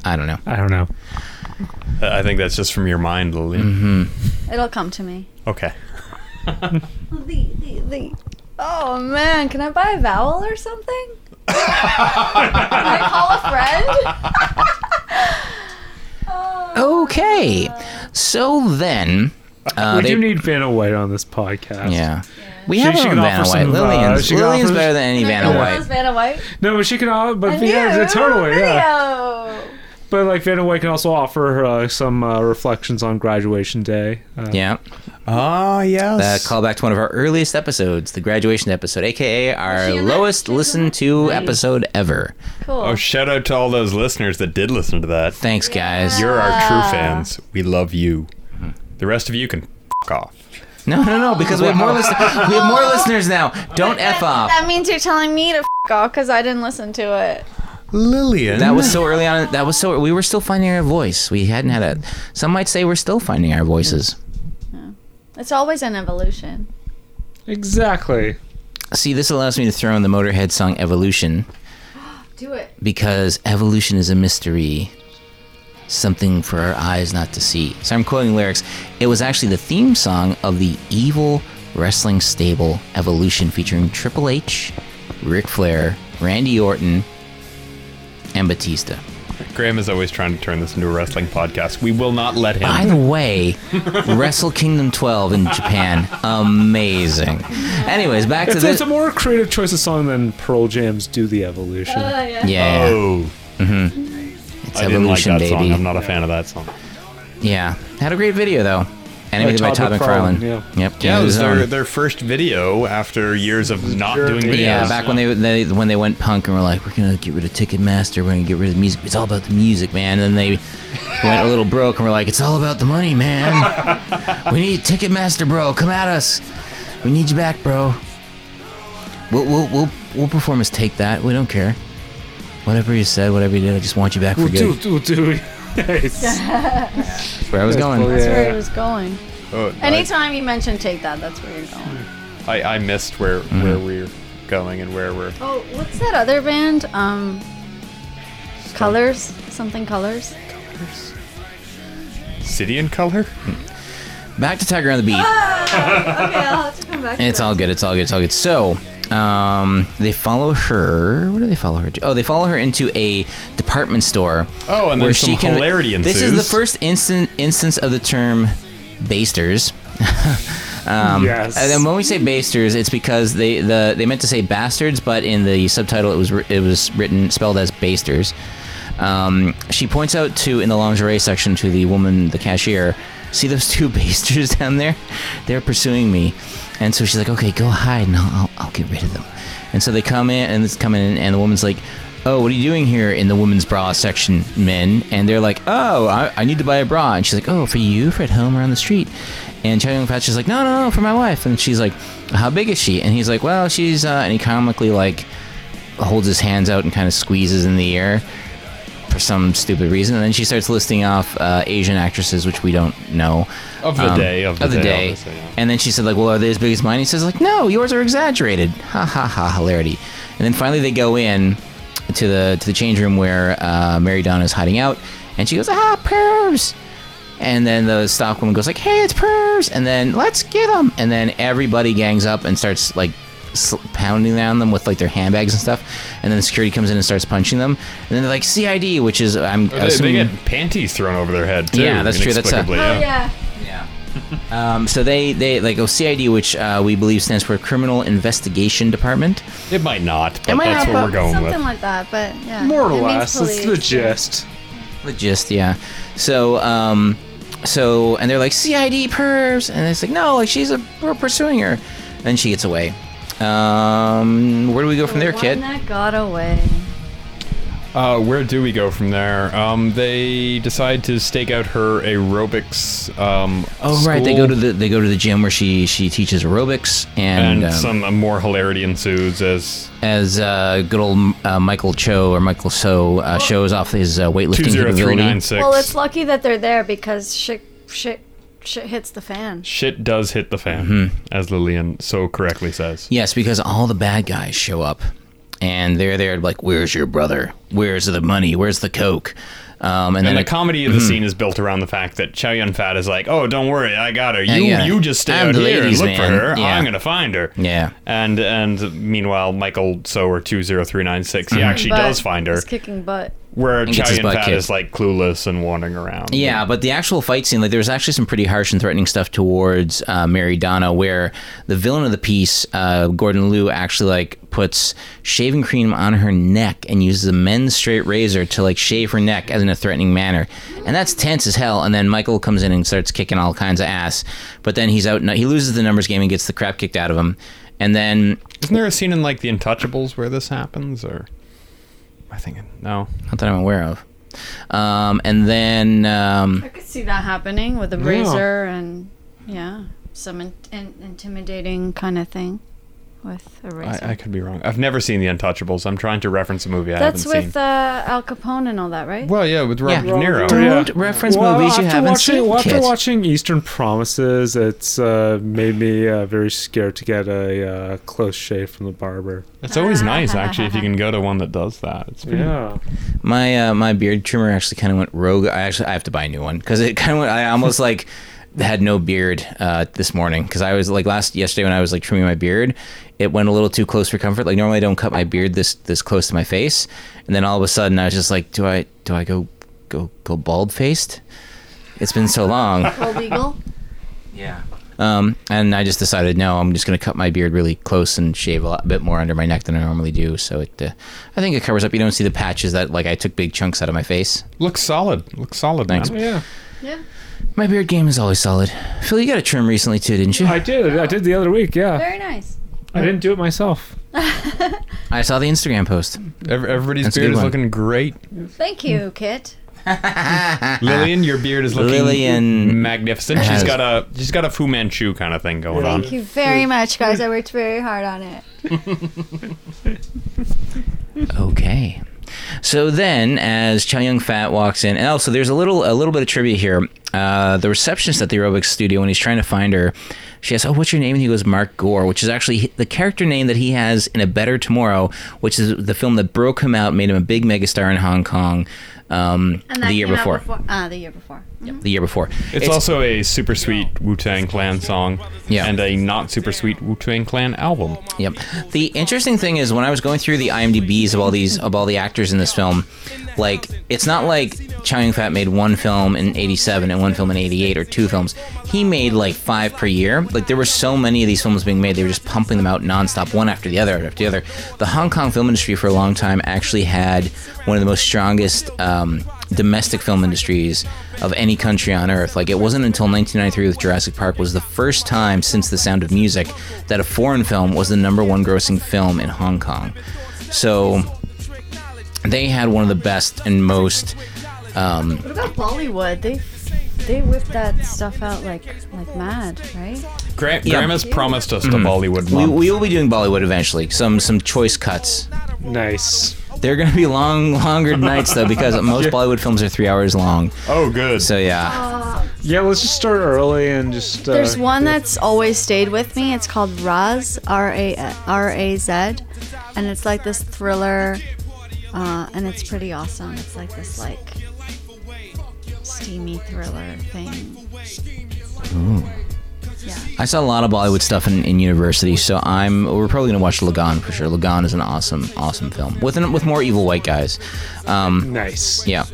A: I don't know.
B: I don't know.
C: I I think that's just from your mind, Lillian.
A: Mm-hmm.
D: It'll come to me.
C: Okay.
D: V V V. Oh man, can I buy a vowel or something? can I call a friend?
A: Okay, so then uh,
B: we
A: they,
B: do need Vanna White on this podcast.
A: Yeah. We
B: She-
A: have
B: she
A: our own
B: can offer
A: Vanna White.
B: some, uh,
A: Lillian's,
B: she can
A: Lillian's
B: offer-
A: better than any
D: Can I
A: Vanna
D: call
A: White.
D: us Vanna White.
B: No, but she can. al- But
D: A
B: yeah,
D: new
B: totally. Yeah.
D: video.
B: But like Vanna White can also offer uh, some uh, reflections on graduation day. Uh,
A: Yeah.
G: Ah,
A: Uh,
G: yes.
A: call back to one of our earliest episodes, the graduation episode, aka our
D: she in that?
A: lowest
D: She was in
A: listened to episode ever.
D: Cool.
C: Oh, shout out to all those listeners that did listen to that.
A: Thanks, Mm-hmm. guys.
C: You're our true fans. We love you. The rest of you can f off.
A: No, no, no, because we have more listeners. We have more listeners now. Don't f off.
D: That means you're telling me to f off because I didn't listen to it.
G: Lillian.
A: That was so early on. That was so. We were still finding our voice. We hadn't had a. Some might say we're still finding our voices.
D: It's always an evolution.
B: Exactly.
A: See, this allows me to throw in the Motorhead song "Evolution."
D: Do it.
A: because evolution is a mystery, something for our eyes not to see. So I'm quoting lyrics. It was actually the theme song of the evil wrestling stable Evolution featuring Triple H, Ric Flair, Randy Orton, and Batista.
C: Graham is always trying to turn this into a wrestling podcast. We will not let him.
A: By the way, Wrestle Kingdom 12 in Japan, amazing. Anyways, back to
B: It's, it's
A: this.
B: a more creative choice of song than Pearl Jam's "Do the Evolution."
D: Uh,
A: Yeah,
C: oh,
A: it's
C: I didn't like
A: evolution,
C: that song.
A: baby.
C: I'm not a fan of that song.
A: Yeah, had a great video though. animated by Todd McFarlane.
B: Yeah.
A: Yep.
C: Yeah, it was
A: James
C: their,
A: Own.
C: their first video after years of not doing videos.
A: Yeah, back when they, they when they went punk and were like, we're gonna get rid of Ticketmaster, we're gonna get rid of the music. It's all about the music, man. And then they went a little broke and were like, it's all about the money, man. we need Ticketmaster, bro. Come at us. We need you back, bro. We'll we'll we'll, we'll perform as take that. We don't care. Whatever you said, whatever you did, I just want you back for good. That's where I was going.
D: That's where it was going.
C: Oh,
D: Anytime you mention take that, that's where you're going.
C: I, I, I missed where
A: Mm-hmm.
C: where we're going and where we're.
D: Oh, what's that other band? Um, Colors, something Colors.
C: City in color.
A: Back to Tiger on the Beat.
D: Okay, I'll have to come back.
A: It's all good. It's all good. It's all good. So, um, they follow her. What do they follow her to? Oh, they follow her into a department store.
C: Oh, and
A: where
C: then some
A: she can-
C: hilarity ensues.
A: This is the first instant instance of the term basters.
B: yes.
A: And then when we say basters, it's because they the they meant to say bastards, but in the subtitle it was wri- it was written spelled as basters. Um, she points out to in the lingerie section to the woman, the cashier, see those two basters down there? They're pursuing me, and so she's like, okay, go hide, and I'll, I'll, I'll get rid of them. And so they come in, and it's coming in, and the woman's like. Oh, what are you doing here in the women's bra section, men? And they're like, oh, I, I need to buy a bra. And she's like, oh, for you, for at home or on the street. And Chow Yun Fat's just like, no, no, no, for my wife. And she's like, how big is she? And he's like, well, she's, uh, and he comically like holds his hands out and kind of squeezes in the air for some stupid reason. And then she starts listing off uh, Asian actresses, which we don't know. Um,
C: Of the day, of the day, obviously, yeah.
A: And then she said, like, well, are they as big as mine? he says, like, no, yours are exaggerated. Ha ha ha, hilarity. And then finally they go in to the to the change room where uh, Mary Donna is hiding out, and she goes, ah, pervs. And then the stock woman goes like, "Hey, it's pervs!" And then let's get them. And then everybody gangs up and starts like sl- pounding on them with like their handbags and stuff. And then the security comes in and starts punching them. And then they're like CID, which is I'm
C: Oh, They, they
A: assuming.
C: get panties thrown over their head too.
A: Yeah, that's true, that's a-
C: inexplicably,
D: Oh yeah.
A: um, so they they like oh CID, which uh, we believe stands for Criminal Investigation Department.
C: It might not, but
A: might
C: that's
A: not,
C: what
A: but
C: we're going
D: Something
C: with.
D: like that, but yeah.
B: more or
D: It means
B: less, that's the
D: police.
B: gist.
A: The gist, yeah. So um, so and they're like CID pervs, and it's like no, like she's a we're pursuing her, and she gets away. Um, where do we go from there,
D: The
A: kid?
D: One that got away.
C: Uh, where do we go from there? Um, they decide to stake out her aerobics. Um,
A: Oh right, they
C: school,
A: go to the they go to the gym where she she teaches aerobics and,
C: and
A: um,
C: some uh, more hilarity ensues as
A: as uh, good old uh, Michael Cho or Michael So uh, shows off his uh, weightlifting
C: two zero three
A: capability.
C: nine six.
D: Well, it's lucky that they're there because shit, shit, shit hits the fan.
C: Shit does hit the fan,
A: Mm-hmm.
C: as Lillian so correctly says.
A: Yes, because all the bad guys show up and they're there like, "Where's your brother? Where's the money? Where's the coke?" Um, and, then
C: And the
A: like,
C: comedy of the scene is built around the fact that Chow Yun Fat is like, "Oh, don't worry, I got her. You,
A: yeah.
C: you just stay
A: I'm
C: out
A: the
C: here and
A: ladies'
C: look
A: man."
C: for her.
A: Yeah.
C: I'm gonna find her."
A: yeah.
C: And and meanwhile, Michael Sower two zero three nine six. He actually
D: But
C: does find her,
D: He's kicking butt.
C: where
A: Mm-hmm. gets
C: Chow
A: his
C: Yun
A: butt
C: Fat
A: kicked.
C: is like clueless and wandering around.
A: Yeah, but the actual fight scene, like there was actually some pretty harsh and threatening stuff towards uh, Mary Donna, where the villain of the piece, uh, Gordon Liu, actually like puts shaving cream on her neck and uses a men's straight razor to like shave her neck as in a threatening manner, and that's tense as hell. And then Michael comes in and starts kicking all kinds of ass, but then he's out. He loses the numbers game and gets the crap kicked out of him, and then
C: Isn't there a scene in like The Untouchables where this happens, or am I thinking no?
A: not that I'm aware of. Um, and then um,
D: I could see that happening with a razor and yeah, some in, in, intimidating kind of thing with a razor.
C: I, I could be wrong. I've never seen The Untouchables. I'm trying to reference a movie I
D: That's
C: haven't
D: with
C: seen.
D: uh, Al Capone and all that, right?
C: well, yeah, with Robert
A: Yeah.
C: De Niro.
A: Don't reference movies you
B: after
A: haven't
B: watching,
A: seen,
B: well, After
A: kids.
B: watching Eastern Promises, it's uh, made me uh, very scared to get a uh, close shave from the barber.
C: It's always nice, actually, if you can go to one that does that. It's pretty-
B: Yeah.
A: My uh, my beard trimmer actually kind of went rogue. I actually I have to buy a new one because it kind of went. I almost like had no beard uh, this morning because I was like last yesterday when I was like trimming my beard, it went a little too close for comfort. Like normally I don't cut my beard this this close to my face, and then all of a sudden I was just like, do I do I go go go bald faced? It's been so long.
D: Illegal.
A: Yeah. Um, and I just decided, no, I'm just going to cut my beard really close and shave a lot, bit more under my neck than I normally do. So it, uh, I think it covers up. You don't see the patches that like I took big chunks out of my face.
C: Looks solid. Looks solid,
A: Thanks.
C: man.
B: Yeah.
D: yeah.
A: My beard game is always solid. Phil, you got a trim recently too, didn't you?
B: I did. I did the other week. Yeah,
D: Very nice.
B: I didn't do it myself.
A: I saw the Instagram post.
C: Ev- Everybody's
A: That's a good
C: beard is
A: one.
C: looking great.
D: Thank
C: Mm.
D: you, Kit.
C: Lillian, your beard is looking
A: Uh-uh. Lillian-
C: magnificent.
A: has-
C: She's got a she's got a Fu Manchu kind of thing going on.
D: Thank you very much, guys. I worked very hard on it.
A: Okay. So then, as Chow Yun Fat walks in, and also there's a little a little bit of trivia here. Uh, the receptionist at the aerobics studio, when he's trying to find her, she asks, "Oh, what's your name?" And he goes, "Mark Gore," which is actually hi- the character name that he has in A Better Tomorrow, which is the film that broke him out, made him a big megastar in Hong Kong um, the year before.
D: Ah, the year before.
A: The year before.
C: It's, also a super sweet Wu Tang Clan song,
A: Yeah.
C: and a not super sweet Wu Tang Clan album.
A: Yep. The interesting thing is when I was going through the IMDb's of all these of all the actors in this film, like it's not like Chow Yun Fat made one film in '87 and one film in '88 or two films. He made like five per year. Like there were so many of these films being made, they were just pumping them out nonstop, one after the other after the other. The Hong Kong film industry for a long time actually had one of the most strongest. Um, domestic film industries of any country on earth. Like it wasn't until 1993 with Jurassic Park was the first time since The Sound of Music that a foreign film was the number one grossing film in Hong Kong. So they had one of the best and most. Um,
D: Mm-hmm. What about Bollywood? They they whip that stuff out like like mad, right?
C: Gra-
A: Yeah. Mm-hmm.
C: Grandma's promised us the Bollywood
A: we,
C: month.
A: we will be doing Bollywood eventually. Some some choice cuts.
B: Nice.
A: They're gonna be long, longer nights though because most Bollywood films are three hours long.
F: Oh, good.
A: So yeah,
B: Yeah, let's just start early and just. Uh,
D: There's one that's always stayed with me. It's called Raz, R A R A Z, and it's like this thriller, uh, and it's pretty awesome. It's like this like steamy thriller thing.
A: I saw a lot of Bollywood stuff in, in university, so I'm we're probably gonna watch Lagan for sure. Lagan is an awesome, awesome film with an, with more evil white guys. Um,
B: Nice.
A: yeah,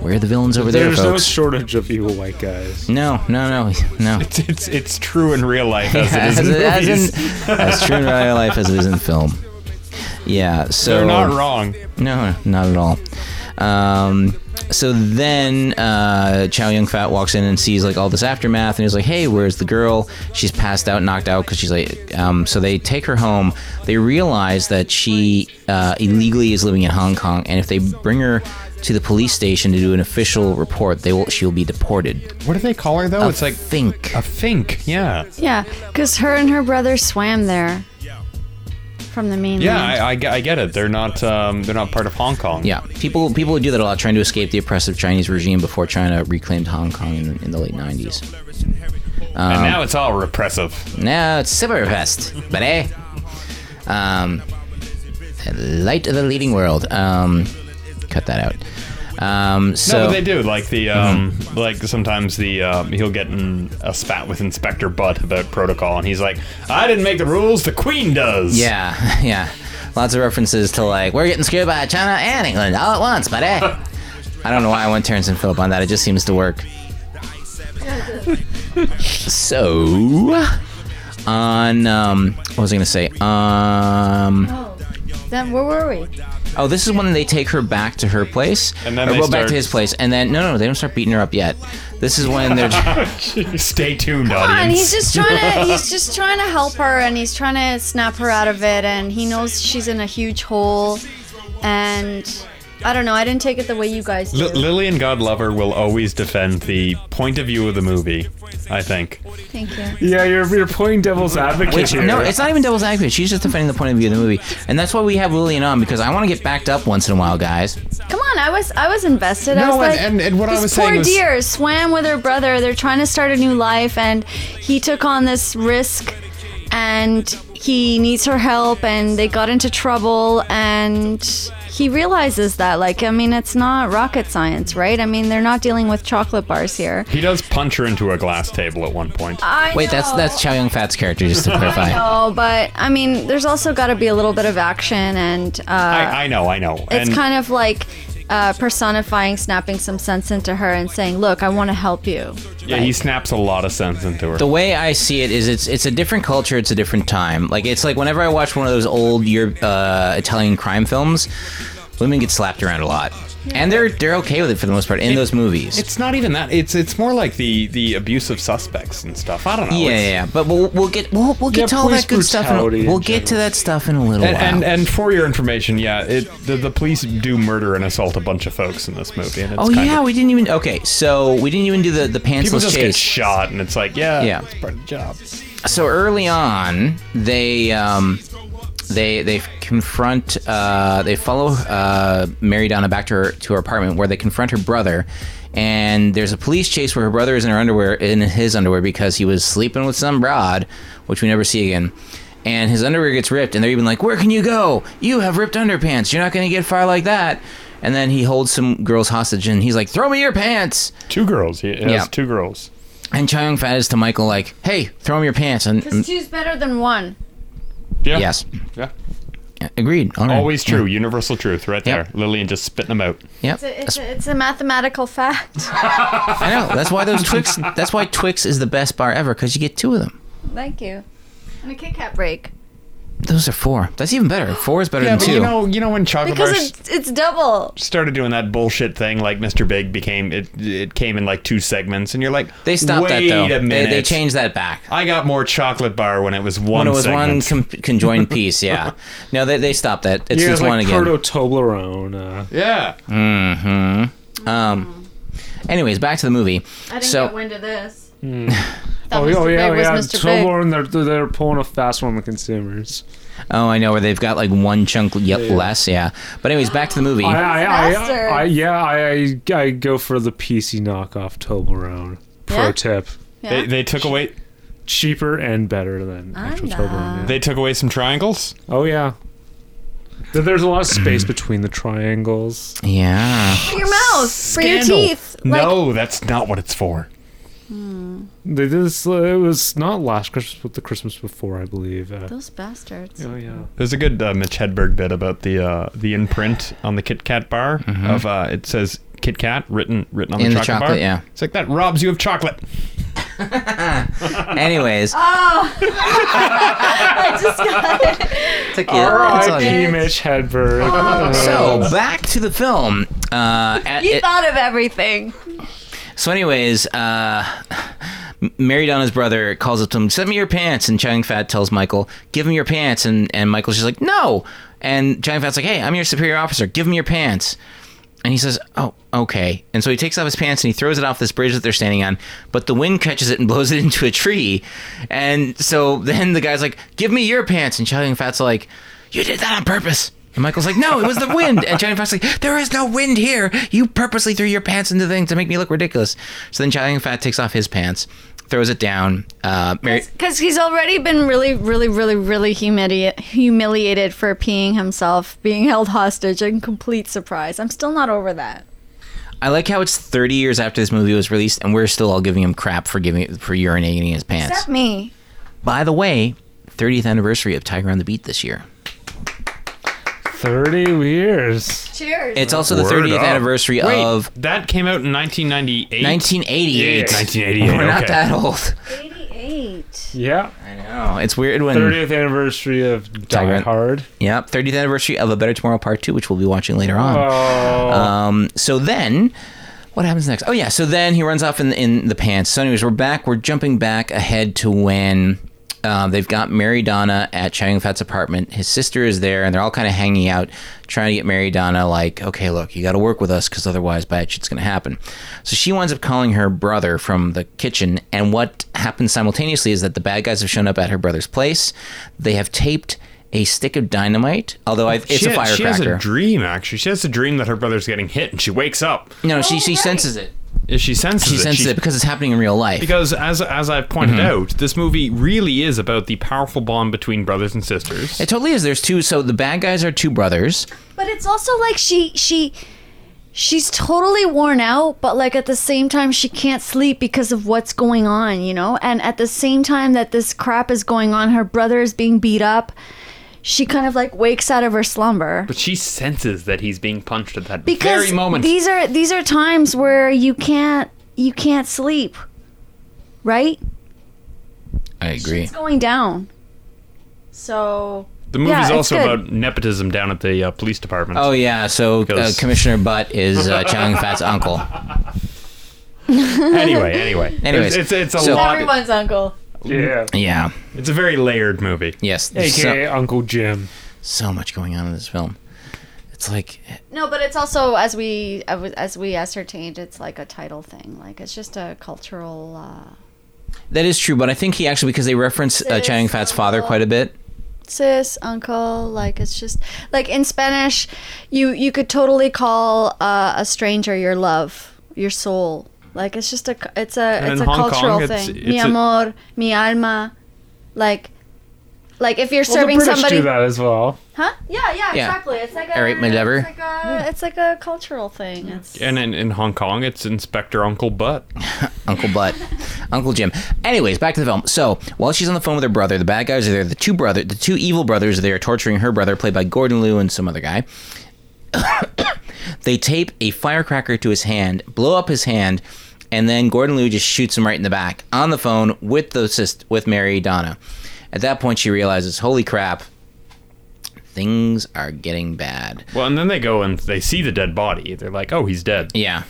A: where are the villains over
B: There's
A: there,
B: no
A: folks?
B: shortage of evil white guys.
A: No, no, no, no.
C: It's, it's it's true in real life as it is
A: as,
C: in
A: it- as
C: movies.
A: in, as true in real life as it is in film. Yeah, so
C: They're not wrong.
A: No, not at all. Um, so then uh, Chow Yun Fat walks in and sees like all this aftermath, and he's like, "Hey, where's the girl? She's passed out, knocked out because she's like." Um, so they take her home. They realize that she uh, illegally is living in Hong Kong, and if they bring her to the police station to do an official report, they will she will be deported.
C: What do they call her though? Oh, it's like
A: think.
C: a fink. Yeah.
D: Yeah, because her and her brother swam there from the mainland.
C: Yeah, I, I, get- I get it. They're not um, they're not part of Hong Kong.
A: yeah, people people do that a lot, trying to escape the oppressive Chinese regime before China reclaimed Hong Kong in, in the late '90s.
C: And now it's all repressive.
A: No, it's Silverfest, buddy. Um, light of the leading world. Um, cut that out. Um,
C: no,
A: so
C: but they do. Like the um,
D: Mm-hmm.
C: like sometimes the um, he'll get in a spat with Inspector Butt about protocol, and he's like, "I didn't make the rules. The Queen does."
A: yeah, yeah, lots of references to like we're getting screwed by China and England all at once, buddy. I don't know why I went Terrence and Phillip on that. It just seems to work. so, on um, what was I gonna say? Um.
D: Oh, then where were we?
A: Oh, this is when they take her back to her place.
C: And then
A: or
C: they
A: well, back
C: start-
A: to his place. And then no, no, they don't start beating her up yet. This is when they're
C: Stay tuned,
D: Come on,
C: audience.
D: he's just trying to he's just trying to help her and he's trying to snap her out of it and he knows she's in a huge hole and I don't know, I didn't take it the way you guys
C: L-
D: did.
C: Lillian God Lover will always defend the point of view of the movie. I think.
D: Thank you.
B: Yeah, you're you're playing devil's advocate
A: Which,
B: here.
A: no, it's not even devil's advocate. She's just defending the point of view of the movie, and that's why we have Lillian on because I want to get backed up once in a while, guys.
D: Come on, I was I was invested. I was
C: No, and-
D: like,
C: and- and what I
D: this
C: was
D: poor
C: saying was-
D: deer swam with her brother. They're trying to start a new life and he took on this risk and he needs her help and they got into trouble and he realizes that like I mean it's not rocket science, right? I mean they're not dealing with chocolate bars here.
C: He does punch her into a glass table at one point.
D: I
A: Wait, that's
D: know.
A: that's Chow Yun Fat's character, just to clarify.
D: No, but I mean, there's also got to be a little bit of action, and uh,
C: I, I know, I know.
D: it's
C: and
D: kind of like uh, personifying, snapping some sense into her, and saying, "Look, I want to help you."
C: yeah, he snaps a lot of sense into her.
A: The way I see it is, it's it's a different culture, it's a different time. Like it's like whenever I watch one of those old Europe, uh, Italian crime films, women get slapped around a lot, and they're they're okay with it for the most part in those movies.
C: It's not even that. It's it's more like the the abusive suspects and stuff. I don't know.
A: yeah, yeah, yeah,
C: It's-
A: but we'll, we'll get we'll, we'll get
B: Yeah,
A: to all
B: police
A: that good stuff. In, a-
B: brutality in
A: we'll get to that stuff in a little
C: And,
A: while.
C: and and for your information, yeah, it the, the police do murder and assault a bunch of folks in this movie, and it's
A: oh
C: kind
A: yeah,
C: of,
A: we didn't even okay. So we didn't even do the the
C: people
A: pantsless
C: just get
A: chase.
C: shot, and it's like, yeah,
A: Yeah.
C: it's part of the job.
A: so early on, they um, they they confront uh, they follow uh, Mary Donna back to her to her apartment where they confront her brother, and there's a police chase where her brother is in her underwear in his underwear because he was sleeping with some broad, which we never see again. And his underwear gets ripped, and they're even like, "Where can you go? You have ripped underpants. You're not going to get far like that." And then he holds some girls hostage, and he's like, "Throw me your pants!"
C: Two girls, he has
A: Yeah.
C: two girls.
A: And Chung Fat is to Michael like, "Hey, throw me your pants!" And
D: Because two's better than one.
C: Yeah.
A: yes.
C: Yeah.
A: Agreed. All right.
C: Always true. Universal truth, right
A: Yep.
C: there. Lillian just spitting them out.
A: Yep.
D: It's a, it's a, it's a mathematical fact.
A: I know. That's why those Twix. That's why Twix is the best bar ever because you get two of them.
D: Thank you. And a Kit Kat break.
A: Those are four. That's even better. Four is better
C: Yeah,
A: than
C: but
A: two.
C: you know, you know when chocolate
D: Because
C: bars
D: it's, it's double.
C: started doing that bullshit thing, like Mr. Big became it. It came in like two segments, and you're like,
A: they stopped that
C: Wait
A: though.
C: A
A: They,
C: minute.
A: they changed that back.
C: I got more chocolate bar when it was one.
A: when it was one
C: segment.
A: com- conjoined piece, yeah. No, they, they stopped that. It's
B: Yeah,
A: just
B: like
A: one again.
B: proto Toblerone. Uh,
C: yeah.
A: um, anyways, back to the movie.
D: I didn't
A: So-
D: get wind of this.
B: oh,
D: Mr.
B: oh, yeah,
D: Big was
B: yeah.
D: Mr. Big.
B: Toblerone, they're, they're, they're pulling a fast one on the consumers.
A: Oh, I know where they've got like one chunk ye- less, yeah. But anyways, back to the
C: Oh,
A: movie.
B: I, I, I,
D: faster.
B: I, yeah, I, I, I go for the PC knockoff Toblerone. Pro
D: Yeah?
B: tip.
C: They, they took away
B: Cheaper and better than actual
D: not.
B: Toblerone. yeah.
C: they took away some triangles.
B: Oh, yeah. There- There's a lot of space between the triangles.
A: yeah.
D: For your mouth. For your
C: Scandal.
D: teeth. Like,
C: no, that's not what it's for.
B: They did this, uh, it was not last Christmas, but the Christmas before, I believe. Uh,
D: Those bastards.
B: oh, yeah.
C: There's a good uh, Mitch Hedberg bit about the uh, the imprint on the Kit Kat bar of uh, it says Kit Kat written written on
A: Mm-hmm. In
C: the
A: the
C: chocolate, bar.
A: chocolate, yeah.
C: It's like that robs you of chocolate.
A: Anyways,
D: Oh. I just got it.
A: took you- that's all you-
B: R.I.P. Mitch Hedberg.
A: So back to the film. Uh, at,
D: You
A: it-
D: thought of everything.
A: So, anyways, uh, Mary Donna's brother calls up to him, "Send me your pants." And Chang Fat tells Michael, "Give him your pants." And and Michael's just like, "No." And Chang Fat's like, "Hey, I'm your superior officer. Give him your pants." And he says, "Oh, okay." And so he takes off his pants and he throws it off this bridge that they're standing on. But the wind catches it and blows it into a tree. And so then the guy's like, "Give me your pants." And Chang Fat's like, "You did that on purpose." And Michael's like, "No, it was the wind." And Chang Fat's like, "There is no wind here. You purposely threw your pants into the thing to make me look ridiculous." So then Chang Fat takes off his pants, throws it down. Uh, Mary,
D: Because he's already been really, really, really, really humili- humiliated for peeing himself, being held hostage, in complete surprise. I'm still not over that.
A: I like how it's 30 years after this movie was released, and we're still all giving him crap for giving for urinating his pants.
D: Except me.
A: By the way, 30th anniversary of Tiger on the Beat this year.
B: 30 years.
D: Cheers.
A: It's also the
C: Word
A: 30th
C: up.
A: anniversary of
C: That came out in 1998.
A: 1988.
C: 1988.
A: We're not
C: okay.
A: that old.
D: 88.
B: Yeah.
A: I know. It's weird when.
B: 30th anniversary of Die
A: Tyrant.
B: Hard.
A: Yep. 30th anniversary of A Better Tomorrow Part 2, which we'll be watching later on.
B: Oh.
A: Um, so then, what happens next? Oh yeah, so then he runs off in in the pants. So anyways, we're back. We're jumping back ahead to when uh, they've got Mary Donna at Chang Fat's apartment. His sister is there, and they're all kind of hanging out, trying to get Mary Donna like, okay, look, you got to work with us because otherwise, bad shit's gonna happen. So she winds up calling her brother from the kitchen, and what happens simultaneously is that the bad guys have shown up at her brother's place. They have taped. A stick of dynamite, although I, it's
C: she,
A: a firecracker.
C: She has a dream, actually. She has a dream that her brother's getting hit, and she wakes up.
A: no, she, she senses it.
C: If She senses
A: She
C: it.
A: senses
C: she-
A: it because it's happening in real life.
C: because as as I've pointed
A: Mm-hmm.
C: out, this movie really is about the powerful bond between brothers and sisters.
A: it totally is. There's two. So the bad guys are two brothers.
D: But it's also like she she she's totally worn out, but like at the same time she can't sleep because of what's going on, you know? And at the same time that this crap is going on, her brother is being beat up. She kind of like wakes out of her slumber.
C: but she senses that he's being punched at that
D: Because
C: very moment.
D: these are these are times where you can't you can't sleep. Right?
A: I agree.
D: It's going down. So
C: The movie's
H: it's
C: also
H: good.
C: about nepotism down at the uh, police department.
A: Oh yeah, so uh,
C: 'Cause-
A: Commissioner Butt is uh, Chow Yun Fat's uncle.
C: anyway, anyway,
A: Anyways,
C: it's it's, it's a
A: so-
C: lot.
D: Everyone's uncle.
B: Yeah.
A: Yeah.
C: It's a very layered movie.
A: Yes. there's
B: AKA
A: So,
B: Uncle Jim.
A: so much going on in this film. It's like
D: No, but it's also as we as we ascertained, it's like a title thing. Like it's just a cultural. Uh,
A: that is true, but I think he actually because they reference uh, Chow Yun Fat's father quite a bit.
D: sis uncle like it's just like in spanish you you could totally call uh, a stranger your love your soul like it's just a c- it's a
C: in
D: it's a
C: Hong
D: cultural
C: Kong, it's-
D: thing
C: it's
D: mi
C: a-
D: amor mi alma like like if you're
B: Well,
D: serving
B: the British
D: somebody
B: do that as well.
D: huh yeah, yeah
A: Yeah.
D: exactly it's like a,
A: All right, my lover.
D: it's like a it's like a cultural thing it's
C: And in, in Hong Kong, it's Inspector Uncle Butt.
A: Uncle Butt, Uncle Jim. Anyways, back to the film. So while she's on the phone with her brother, the bad guys are there. The two brother, the two evil brothers are there torturing her brother, played by Gordon Liu and some other guy. they tape a firecracker to his hand, blow up his hand, and then Gordon Liu just shoots him right in the back on the phone with the assist with Mary Donna. At that point, she realizes, "Holy crap, things are getting bad."
C: Well, and then they go and they see the dead body. They're like, "Oh, he's dead."
A: Yeah.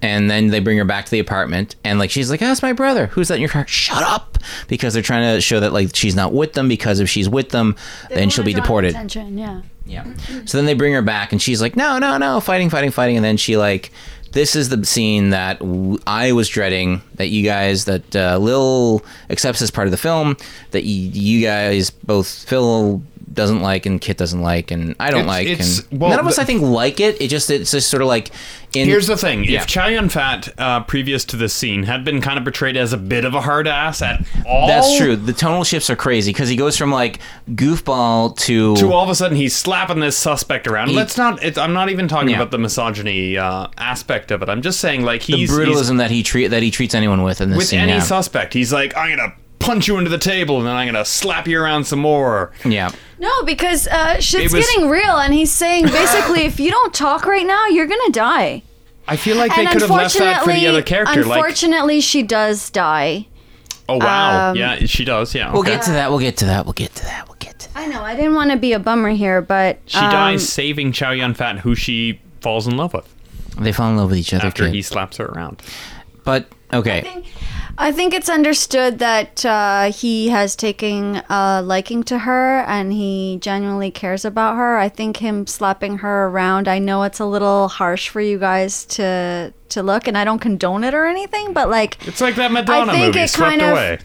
A: And then they bring her back to the apartment, and like she's like, "Oh, it's my brother. Who's that in your car? Shut up!" Because they're trying to show that like she's not with them. Because if she's with them, then she'll be deported.
H: Attention, yeah.
A: Yeah. So then they bring her back, and she's like, "No, no, no! Fighting, fighting, fighting!" And then she like, "This is the scene that w- I was dreading. That you guys, that uh, Lil accepts as part of the film. That y- you guys both Phil." doesn't like and Kit doesn't like and I don't
C: It's-
A: like
C: it's-
A: and
C: well,
A: none of us
C: the-
A: I think like it. It just it's just sort of like in
C: Here's the thing:
A: Yeah.
C: if Chow Yun Fat, uh, previous to this scene, had been kind of portrayed as a bit of a hard ass at all,
A: That's true. The tonal shifts are crazy because he goes from like goofball to,
C: To all of a sudden, he's slapping this suspect around.
A: He-
C: Let's not. It's, I'm not even talking
A: Yeah.
C: about the misogyny uh, aspect of it. I'm just saying, like
A: the
C: he's he's-
A: brutalism that he treat that he treats anyone with in this
C: with
A: scene.
C: any
A: yeah.
C: suspect. He's like, I'm gonna punch you into the table, and then I'm gonna slap you around some more.
A: yeah,
D: no because uh shit's
C: It was-
D: getting real and he's saying basically if you don't talk right now you're gonna die
C: I feel like they
D: and
C: could have left that for the
D: unfortunately-
C: other character. Like,
D: Unfortunately, she does die.
C: oh wow,
D: um,
C: yeah, she does. Yeah,
A: we'll
C: okay.
A: get to that. We'll get to that. We'll get to that. We'll get to that.
D: I know. I didn't want to be a bummer here, but uh,
C: She
D: um,
C: dies saving Chow Yun Fat, who she falls in love with
A: They fall in love with each other.
C: after
A: kid.
C: he slaps her around.
A: but okay,
D: I think it's understood that uh, he has taken a liking to her and he genuinely cares about her. I think him slapping her around. I know it's a little harsh for you guys to to look, and I don't condone it or anything, but like
C: It's like that Madonna
D: think
C: movie,
D: it
C: Swept
D: kind of-
C: Away.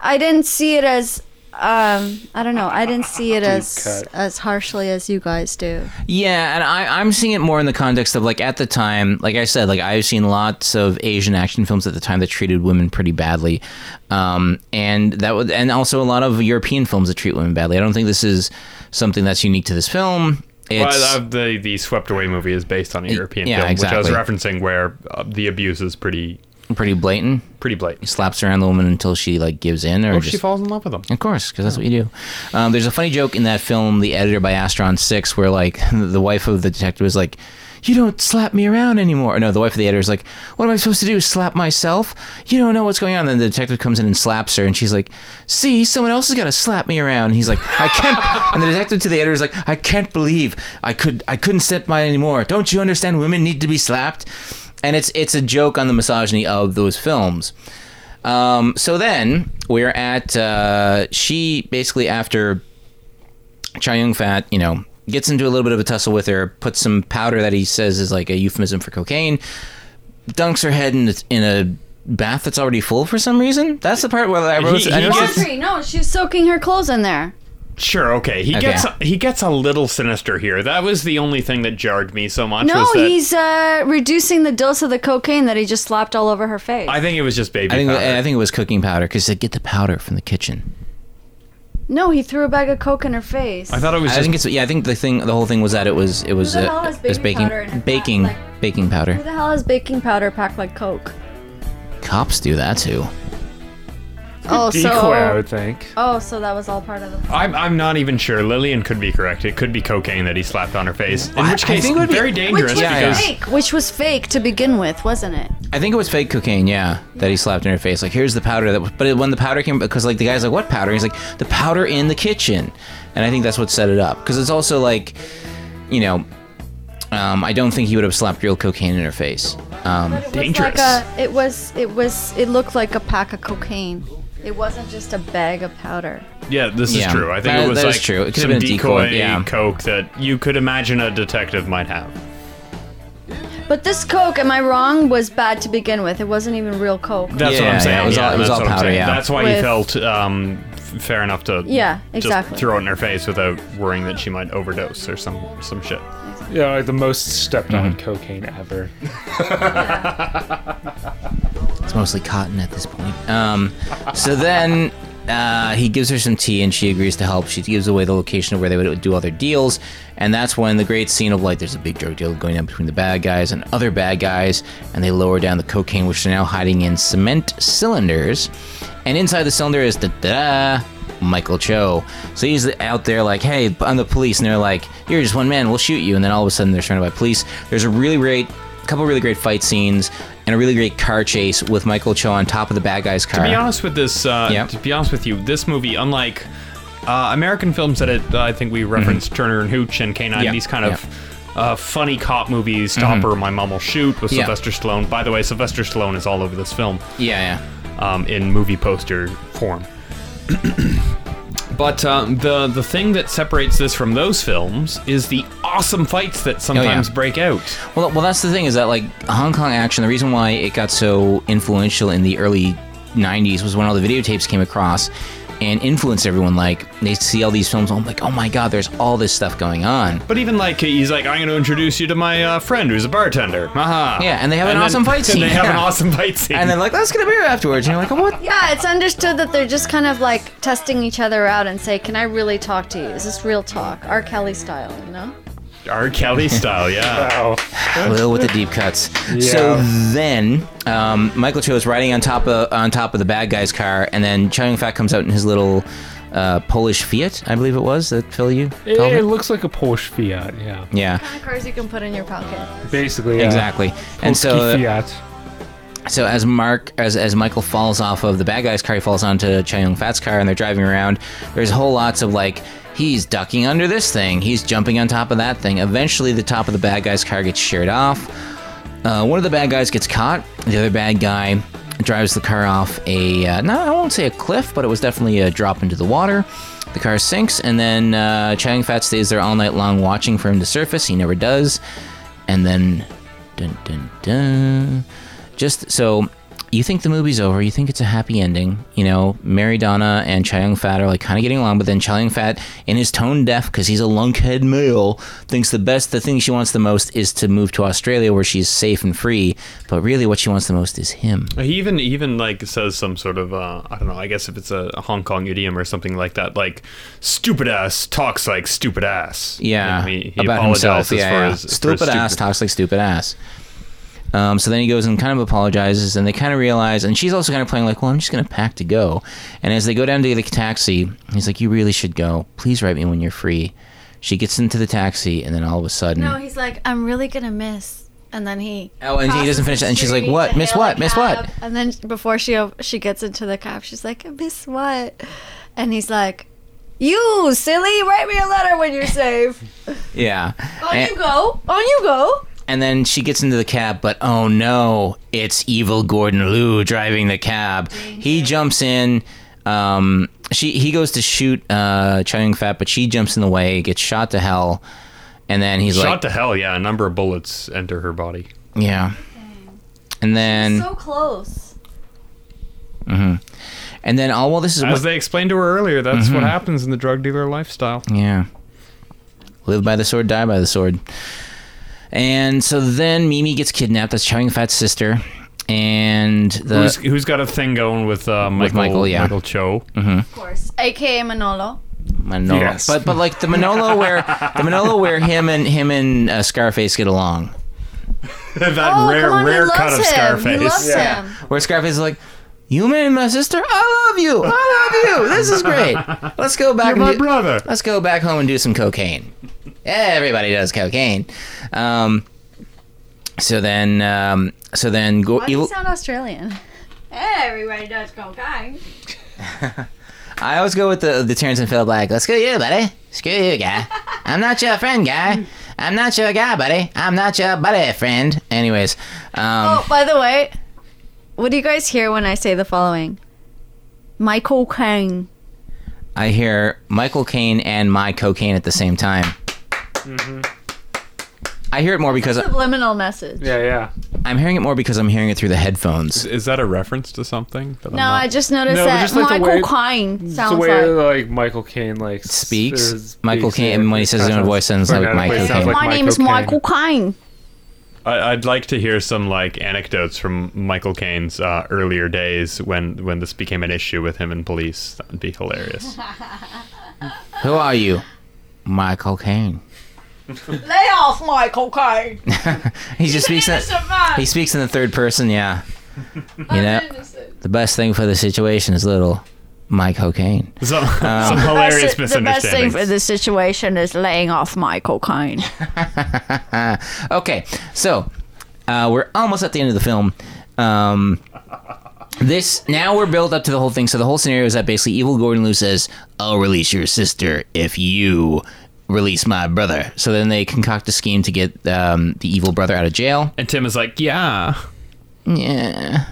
D: I didn't see it as. Um, I don't know. I didn't see it as
B: cut.
D: as harshly as you guys do.
A: yeah, and I I'm seeing it more in the context of like at the time, like I said, like I've seen lots of Asian action films at the time that treated women pretty badly, um, and that would and also a lot of European films that treat women badly. I don't think this is something that's unique to this film. It's,
C: Well, uh, the the Swept Away movie is based on a European
A: yeah,
C: film, which I was
A: exactly.
C: referencing, where uh, the abuse is pretty
A: pretty blatant.
C: pretty blatant.
A: slaps around the woman until she like gives in or
C: Oh,
A: just,
C: she falls in love with him.
A: of course because that's what you do um, there's a funny joke in that film the editor by astron 6 where like the wife of the detective is like you don't slap me around anymore no the wife of the editor is like what am i supposed to do slap myself you don't know what's going on then the detective comes in and slaps her and she's like see someone else has got to slap me around and he's like i can't and the detective to the editor is like i can't believe i could i couldn't step by anymore don't you understand women need to be slapped and it's it's a joke on the misogyny of those films um, so then we're at uh, she basically after Chow Yun Fat, you know, gets into a little bit of a tussle with her, puts some powder that he says is like a euphemism for cocaine, dunks her head in in a bath that's already full for some reason. That's the part where I wrote.
C: He-
A: I
C: he
A: noticed-
C: gets-
D: Laundry. No, she's soaking her clothes in there.
C: Sure, okay. He
A: Okay.
C: gets he gets a little sinister here. That was the only thing that jarred me so much.
D: No,
C: was that
D: he's uh, reducing the dose of the cocaine that he just slapped all over her face.
C: I think it was just baby.
A: I think uh,
C: powder.
A: I think it was cooking powder because they get the powder from the kitchen.
D: no, he threw a bag of coke in her face.
C: I thought it was
A: I
C: just
A: think it's yeah. I think the thing, the whole thing was that it was it was,
D: Who the
A: uh,
D: hell has
A: it was
D: baking
A: baking
D: powder in a bath?
A: baking
D: Like-
A: baking
D: Who
A: powder.
D: the hell is baking powder packed like coke?
A: Cops do that too.
D: Oh,
B: Decoy, I
D: so
B: would think.
D: oh, so that was all part of the.
C: I'm, I'm not even sure. Lillian could be correct. It could be cocaine that he slapped on her face. In
A: I-
C: which
A: I
C: case,
A: think it would be-
C: very dangerous
A: Yeah, yeah.
C: because
D: Fake, which was fake to begin with, wasn't it?
A: I think it was fake cocaine, yeah, that he slapped in her face. Like, here's the powder that. was But it- when the powder came, because like the guy's like, what powder? He's like, the powder in the kitchen, and I think that's what set it up. Because it's also like, you know, um, I don't think he would have slapped real cocaine in her face. Um,
D: It was like a, it was it was it looked like a pack of cocaine. It wasn't just a bag of powder.
C: Yeah, this
A: Yeah.
C: is true. I think
A: That-
C: it was
A: that is
C: like
A: true. It could've
C: some
A: been a
C: decoy,
A: decoy, yeah.
C: coke that you could imagine a detective might have.
D: But this coke, am I wrong, was bad to begin with. It wasn't even real coke.
C: That's
A: Yeah,
C: what
A: yeah,
C: I'm saying.
A: it was all- it was
C: that's
A: all
C: what I'm
A: powder,
C: saying.
A: yeah.
C: That's why you
D: With-
C: felt um, f- fair enough to
D: Yeah, exactly.
C: just throw it in her face without worrying that she might overdose or some some shit.
D: Oh.
B: Yeah, like the most stepped on
A: Mm-hmm.
B: cocaine ever.
A: It's mostly cotton at this point. Um, so then uh, he gives her some tea and she agrees to help. She gives away the location of where they would do all their deals. And that's when the great scene of like there's a big drug deal going on between the bad guys and other bad guys. And they lower down the cocaine, which they're now hiding in cement cylinders. And inside the cylinder is the da Michael Cho. So he's out there like, hey, I'm the police. And they're like, you're just one man, we'll shoot you. And then all of a sudden they're surrounded by police. There's a really great, couple really great fight scenes and a really great car chase with Michael Cho on top of the bad guy's car.
C: To be honest with this, uh,
A: Yeah.
C: to be honest with you, this movie, unlike uh, American films that it, I think we referenced Turner and Hooch and K9,
A: Mm-hmm. Yeah. Mm-hmm.
C: these kind of uh, funny cop movies, Stopper, My Mom Will Shoot with
A: Yeah.
C: Sylvester Stallone. By the way, Sylvester Stallone is all over this film
A: yeah, yeah.
C: um, in movie poster form. but um, the the thing that separates this from those films is the awesome fights
A: Oh,
C: that sometimes break out.
A: Well, well, that's the thing is that like Hong Kong action. The reason why it got so influential in the early '90s was when all the videotapes came across and influenced everyone. Like they see all these films, I'm like, oh my god, there's all this stuff going on.
C: But even like he's like, I'm going to introduce you to my uh, friend who's a bartender. Haha.
A: Yeah, and they have an
C: then-
A: awesome fight
C: And
A: scene.
C: they have an
A: Yeah.
C: awesome fight scene.
A: And they're like, let's get a beer afterwards. And you're like, what?
D: Yeah, it's understood that they're just kind of like testing each other out and say, "Can I really talk to you? Is this real talk?" R. Kelly style, you know.
C: R. Kelly style, yeah.
B: Oh.
A: Lil with the deep cuts. So then, um, Michael Cho is riding on top of on top of the bad guy's car, and then Chow Yun Fat comes out in his little uh, Polish Fiat, I believe it was that Phil you
B: It,
A: called
B: it
A: it.
B: looks like a Polish Fiat, yeah.
A: Yeah,
D: Kind of cars you can put in your pocket.
B: Basically, yeah.
A: exactly. And
B: Polski
A: so uh,
B: Fiat.
A: So as Mark, as as Michael falls off of the bad guy's car, he falls onto Chai Young Fat's car, and they're driving around. There's whole lots of like, he's ducking under this thing, he's jumping on top of that thing. Eventually, the top of the bad guy's car gets sheared off. Uh, one of the bad guys gets caught. The other bad guy drives the car off a uh, no, I won't say a cliff, but it was definitely a drop into the water. The car sinks, and then uh, Chang Fat stays there all night long, watching for him to surface. He never does, and then, dun dun dun. Just so you think the movie's over, you think it's a happy ending. You know, Mary Donna and Chai Young Fat are like kind of getting along, but then Chai Young Fat, in his tone deaf because he's a lunkhead male, thinks the best, the thing she wants the most is to move to Australia where she's safe and free. But really, what she wants the most is him.
C: He even he even like says some sort of uh, I don't know. I guess if it's a, a Hong Kong idiom or something like that, like stupid ass talks like stupid ass.
A: Yeah,
C: And he, he
A: about himself.
C: apologizes
A: Yeah,
C: for
A: yeah.
C: his for his
A: stupid ass talks like stupid ass. Um, so then he goes and kind of apologizes, and they kind of realize. And she's also kind of playing like, "Well, I'm just gonna pack to go." And as they go down to get a taxi, he's like, "You really should go. Please write me when you're free." She gets into the taxi, and then all of a sudden,
D: No, he's like, "I'm really gonna miss," and then he.
A: oh, and he
D: crosses
A: doesn't
D: the
A: finish it. And she's like,
D: street
A: "What?
D: to
A: Miss
D: hail
A: what?
D: a
A: Miss what?"
D: cab, And then before she she gets into the cab, she's like, "Miss what?" And he's like, "You silly, write me a letter when you're safe."
A: Yeah.
D: On
A: And-
D: you go. On you go.
A: And then she gets into the cab, but oh no, it's evil Gordon Liu driving the cab. He jumps in. Um, she he goes to shoot uh, Chung Fat, but she jumps in the way, gets shot to hell, and then he's
C: Shot
A: like,
C: to hell, yeah. A number of bullets enter her body.
A: yeah. And then
D: so close.
A: and then all while this is
C: As they explained to her earlier, that's what happens in the drug dealer lifestyle.
A: Yeah. Live by the sword, die by the sword. And so then Mimi gets kidnapped. That's Chung Fat's sister, and the
C: who's, who's got a thing going with uh, Michael,
A: Michael, yeah.
C: Michael Cho?
D: Of course. AKA Manolo.
A: Manolo.
C: Yes.
A: But but like the Manolo where the Manolo where him and him and uh, Scarface get along.
C: that
D: Oh,
C: rare,
D: come on,
C: rare
D: he
C: cut
D: loves
C: of
D: him.
C: Scarface.
D: He loves
B: Yeah.
D: him.
A: Where Scarface is like, "You married my sister. I love you. I love you. This is great. Let's go back.
C: You're
A: and
C: my
A: do-
C: brother.
A: Let's go back home and do some cocaine. Everybody does cocaine. Um, So then, um, so then, go,
D: Why do you
A: evil.
D: sound Australian? Everybody does cocaine.
A: I always go with the the Terrence and Phil like, let's go you, buddy. Screw you, guy. I'm not your friend, guy. I'm not your guy, buddy. I'm not your buddy, friend. Anyways, um,
D: Oh, by the way, what do you guys hear when I say the following? Michael Kang.
A: I hear Michael Caine and my cocaine at the same time. I hear it more because
D: Subliminal message.
B: Yeah, yeah.
A: I'm hearing it more because I'm hearing it through the headphones.
I: Is that a reference to something? That I'm
D: No,
I: not-
D: I just noticed
B: No,
D: that
B: just like the
D: Michael
B: way-
D: Kane
B: It's the
D: sounds
B: way
D: like.
B: like Michael Caine like s-
A: Speaks.
B: is-
A: Michael
B: speaks, yeah.
A: Caine, when he says his own voice, sounds like
B: Okay,
A: Michael
B: but it sounds
A: Caine.
B: like
D: My name is
B: Caine.
D: Michael Kane.
C: I, I'd like to hear some like anecdotes from Michael Caine's uh, earlier days when when this became an issue with him and police. That would be hilarious.
A: Who are you? Michael Caine.
D: Lay off Michael Kane.
A: He just speaks. In, he speaks in the third person. Yeah. You know, the best thing for the situation is little Michael Caine.
C: Some, some hilarious
D: the best Uh, thing
C: misunderstandings.
D: for the situation is laying off Michael Kane.
A: Okay, so uh, we're almost at the end of the film. Um, this now we're built up to the whole thing. So the whole scenario is that basically evil Gordon Liu says, "I'll release your sister if you release my brother." So then they concoct a scheme to get um, the evil brother out of jail.
C: and Tim is like, yeah.
A: Yeah,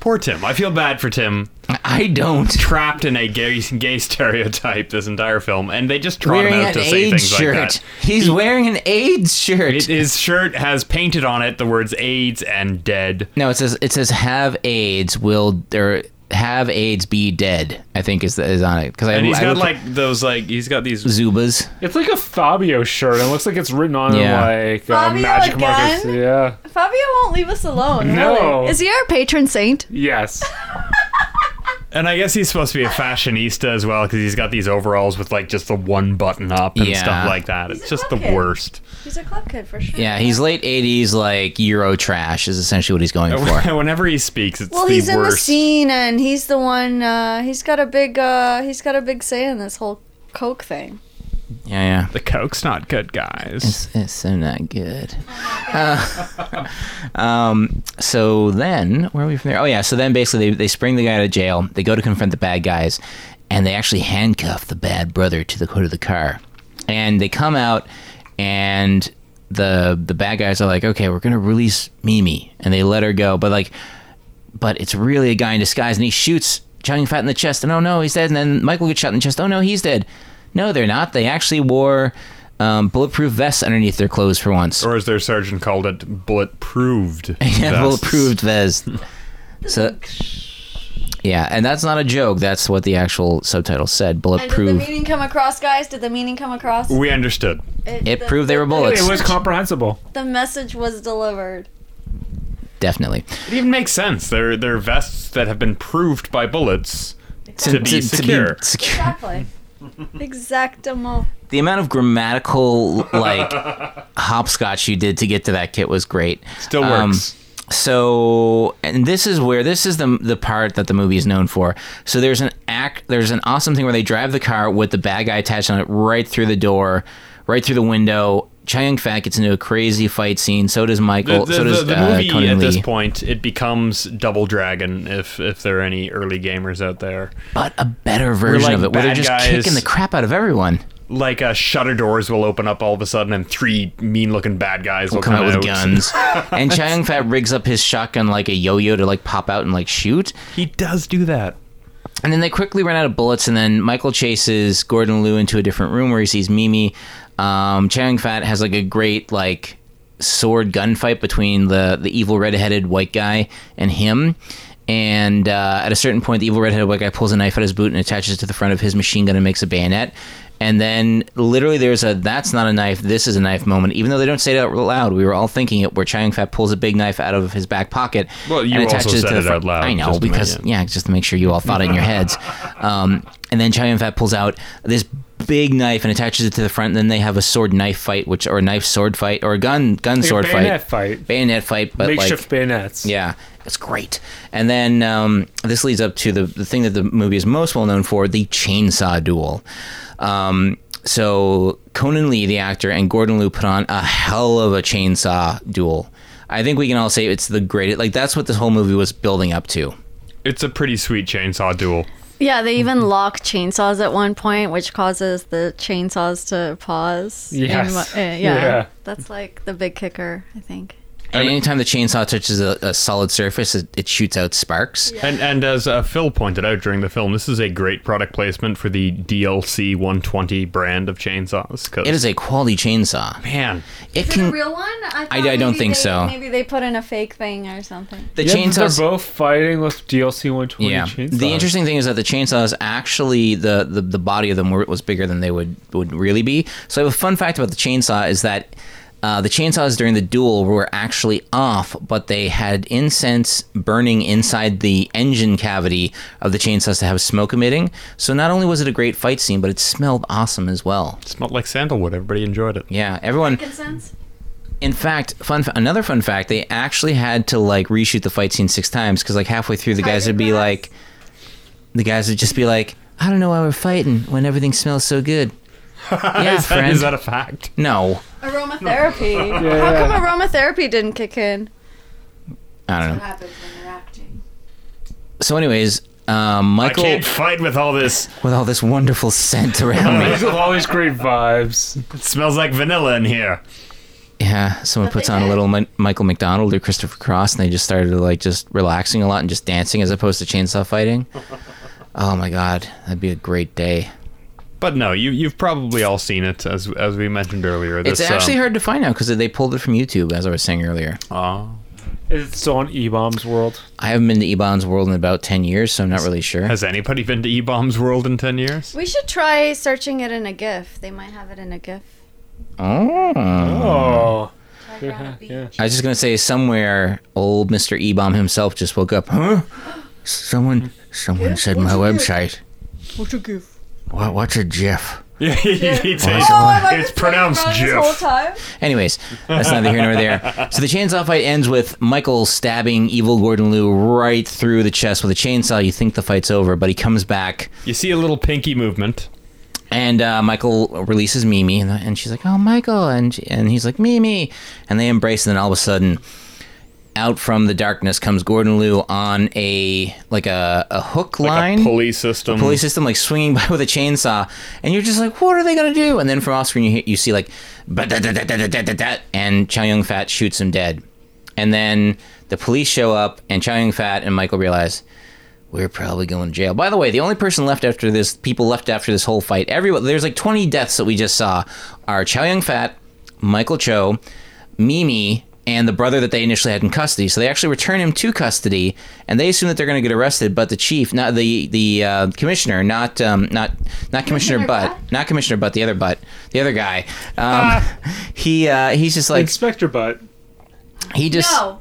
C: Poor Tim. I feel bad for Tim.
A: I don't.
C: Trapped in a gay, gay stereotype this entire film, and they just trot him
A: Wearing
C: out
A: an
C: to say
A: AIDS
C: things
A: shirt.
C: like that.
A: He's wearing an AIDS shirt.
C: It, his shirt has painted on it the words AIDS and dead.
A: No, it says it says have AIDS will or have AIDS be dead. I think is is on it because I
C: And he's
A: I
C: got
A: looked at
C: like those like he's got these
A: Zubas.
B: It's like a Fabio shirt. It looks like it's written on
A: Yeah.
B: like uh,
D: Fabio
B: magic markers.
D: again?
B: Yeah.
D: Fabio won't leave us alone.
B: No.
D: Really. Is he our patron saint?
B: Yes.
C: And I guess he's supposed to be a fashionista as well because he's got these overalls with like just the one button up and
A: Yeah.
C: stuff like that. It's just the
D: fuckhead.
C: worst.
D: He's a club kid for sure.
A: Yeah, he's late '80s like Euro trash is essentially what he's going for.
C: Whenever he speaks, it's
D: Well,
C: the
D: he's in the
C: worst.
D: scene, and he's the one. Uh, he's got a big. Uh, he's got a big say in this whole coke thing.
A: Yeah, yeah.
C: the coke's not good, guys.
A: It's, it's so not good. Uh, um, so then, where are we from there? Oh, yeah. So then basically, they, they spring the guy out of jail. They go to confront the bad guys, and they actually handcuff the bad brother to the hood of the car. And they come out, and the the bad guys are like, okay, we're going to release Mimi. And they let her go. But, like, but it's really a guy in disguise, and he shoots Johnny Fat in the chest, and oh no, he's dead. And then Michael gets shot in the chest, oh no, he's dead. No, they're not. They actually wore um, bulletproof vests underneath their clothes for once.
C: or as their surgeon called it, bullet-proofed.
A: yeah,
C: vests.
A: bulletproof vest. So, yeah, and that's not a joke. That's what the actual subtitle said.
D: And did the
A: Bulletproof.
D: meaning come across, guys? Did the meaning come across?
C: We understood.
A: It proved they were bullets.
B: it was comprehensible.
D: The message was delivered.
A: Definitely.
C: It even makes sense. They're they're vests that have been proved by bullets to, be
A: To
C: secure.
A: be secure.
D: Exactly. Exactamo.
A: the amount of grammatical like hopscotch you did to get to that kit was great.
C: Still
A: Um,
C: works.
A: so, and this is where this is the the part that the movie is known for. So there's an act, there's an awesome thing where they drive the car with the bad guy attached on it right through the door, right through the window. Chiang Fat gets into a crazy fight scene. So does
C: The,
A: Michael.
C: the-
A: so does
C: the- the
A: uh,
C: movie
A: Conan
C: at this
A: Lee.
C: point it becomes Double Dragon if if there are any early gamers out there.
A: But a better version
C: like
A: of it, where they're
C: bad
A: just
C: guys.
A: kicking the crap out of everyone.
C: like uh, shutter doors will open up all of a sudden, and three mean-looking bad guys will,
A: come out with guns. and Chiang Fat rigs up his shotgun like a yo-yo to like pop out and like shoot.
C: He does do that.
A: And then they quickly run out of bullets, and then Michael chases Gordon Liu into a different room where he sees Mimi. Um, Chang Fat has like a great like sword gunfight between the the evil redheaded white guy and him. And uh, at a certain point, the evil redheaded white guy pulls a knife out of his boot and attaches it to the front of his machine gun and makes a bayonet. And then literally there's a that's not a knife, this is a knife moment. Even though they don't say it out loud, we were all thinking it. Where Chiang Fat pulls a big knife out of his back pocket
C: Well, you
A: and
C: also
A: attaches it
C: said
A: to the
C: it
A: front.
C: out loud,
A: I know
C: just to make
A: because
C: it-
A: yeah, just to make sure you all thought it in your heads. Um, and then Chow Fat pulls out this big knife and attaches it to the front. And then they have a sword knife fight, which or a knife sword fight or a gun gun
B: Like a
A: sword
B: bayonet
A: fight,
B: fight.
A: bayonet fight, but
B: Makeshift
A: like.
B: bayonets.
A: Yeah, it's great. And then um, this leads up to the, the thing that the movie is most well known for the chainsaw duel. Um, so Conan Lee, the actor, and Gordon Liu put on a hell of a chainsaw duel. I think we can all say it's the greatest. Like that's what this whole movie was building up to.
C: It's a pretty sweet chainsaw duel.
D: Yeah, they even lock chainsaws at one point, which causes the chainsaws to pause. in
B: Yes.
D: mo- uh, yeah.
B: Yeah.
D: That's like the big kicker, I think.
A: And anytime the chainsaw touches a, a solid surface, it, it shoots out sparks.
C: And and as uh, Phil pointed out during the film, this is a great product placement for the DLC 120 brand of chainsaws. 'cause-
A: It is a quality chainsaw.
C: man.
A: It can.
D: real one? I,
A: I don't maybe think they- so. maybe
D: Maybe they put in a fake thing or something.
A: The
B: Yeah,
A: chainsaws.
B: They're both fighting with DLC 120
A: yeah.
B: chainsaws.
A: The interesting thing is that the chainsaws actually the, the, the body of them were, was bigger than they would would really be. So I have a fun fact about the chainsaw is that uh, the chainsaws during the duel were actually off, but they had incense burning inside the engine cavity of the chainsaws to have smoke emitting. So not only was it a great fight scene, but it smelled awesome as well.
C: It smelled like sandalwood. Everybody enjoyed it.
A: Yeah, everyone. In fact, fun fa- another fun fact: they actually had to like reshoot the fight scene six times because like halfway through, the guys would be like, the guys would just be like, "I don't know why we're fighting when everything smells so good." yeah,
C: Is that-
A: friend.
C: is that a fact?
A: no,
D: Aromatherapy. How come aromatherapy didn't kick in?
A: I don't know. So, anyways, um, Michael,
C: I can't fight with all this.
A: with all this wonderful scent around me,
B: These are all these great vibes.
C: It smells like vanilla in here.
A: yeah, someone puts on a little Mi- Michael McDonald or Christopher Cross, and they just started like just relaxing a lot and just dancing as opposed to chainsaw fighting. Oh my god, that'd be a great day.
C: But no, you you've probably all seen it as as we mentioned earlier.
A: It's
C: This, um,
A: actually hard to find now because they pulled it from YouTube, as I was saying earlier.
C: aw.
B: Is it still on E-Bombs World?
A: I haven't been to Ebon's World in about 10 years, so I'm not really sure.
C: Has anybody been to E Bomb's World in ten years?
D: We should try searching it in a GIF. They might have it in a GIF.
A: Oh.
B: Oh. Yeah, yeah.
A: I was just going to say, somewhere, old Mr. Ebon himself just woke up. Huh? Someone someone said my website. What's a GIF? What, what's a GIF?
C: it's it's pronounced Jeff.
A: Anyways, that's neither here nor there. So the chainsaw fight ends with Michael stabbing evil Gordon Liu right through the chest with a chainsaw. You think the fight's over, but he comes back.
C: You see a little pinky movement.
A: And uh, Michael releases Mimi, and, and she's like, "Oh, Michael!" and and he's like, "Mimi!" and they embrace. And then all of a sudden, out from the darkness comes Gordon Liu on a like a, a hook line,
C: A pulley system.
A: pulley system, like swinging by with a chainsaw. And you're just like, "What are they gonna do?" And then from off screen, you hear- you see like, "Ba-da-da-da-da-da-da-da-da," and Chow Yun Fat shoots him dead. And then the police show up, and Chow Yun Fat and Michael realize we're probably going to jail. By the way, the only person left after this, people left after this whole fight, everyone, there's like 20 deaths that we just saw are Chow Yun Fat, Michael Cho, Mimi, and the brother that they initially had in custody. So they actually return him to custody, and they assume that they're going to get arrested. But the chief, not the the uh, commissioner, not um, not not commissioner, Butt, not commissioner, Butt, the other Butt, the other guy, um, he uh, he's just like
B: Inspector Butt.
A: he just
D: No.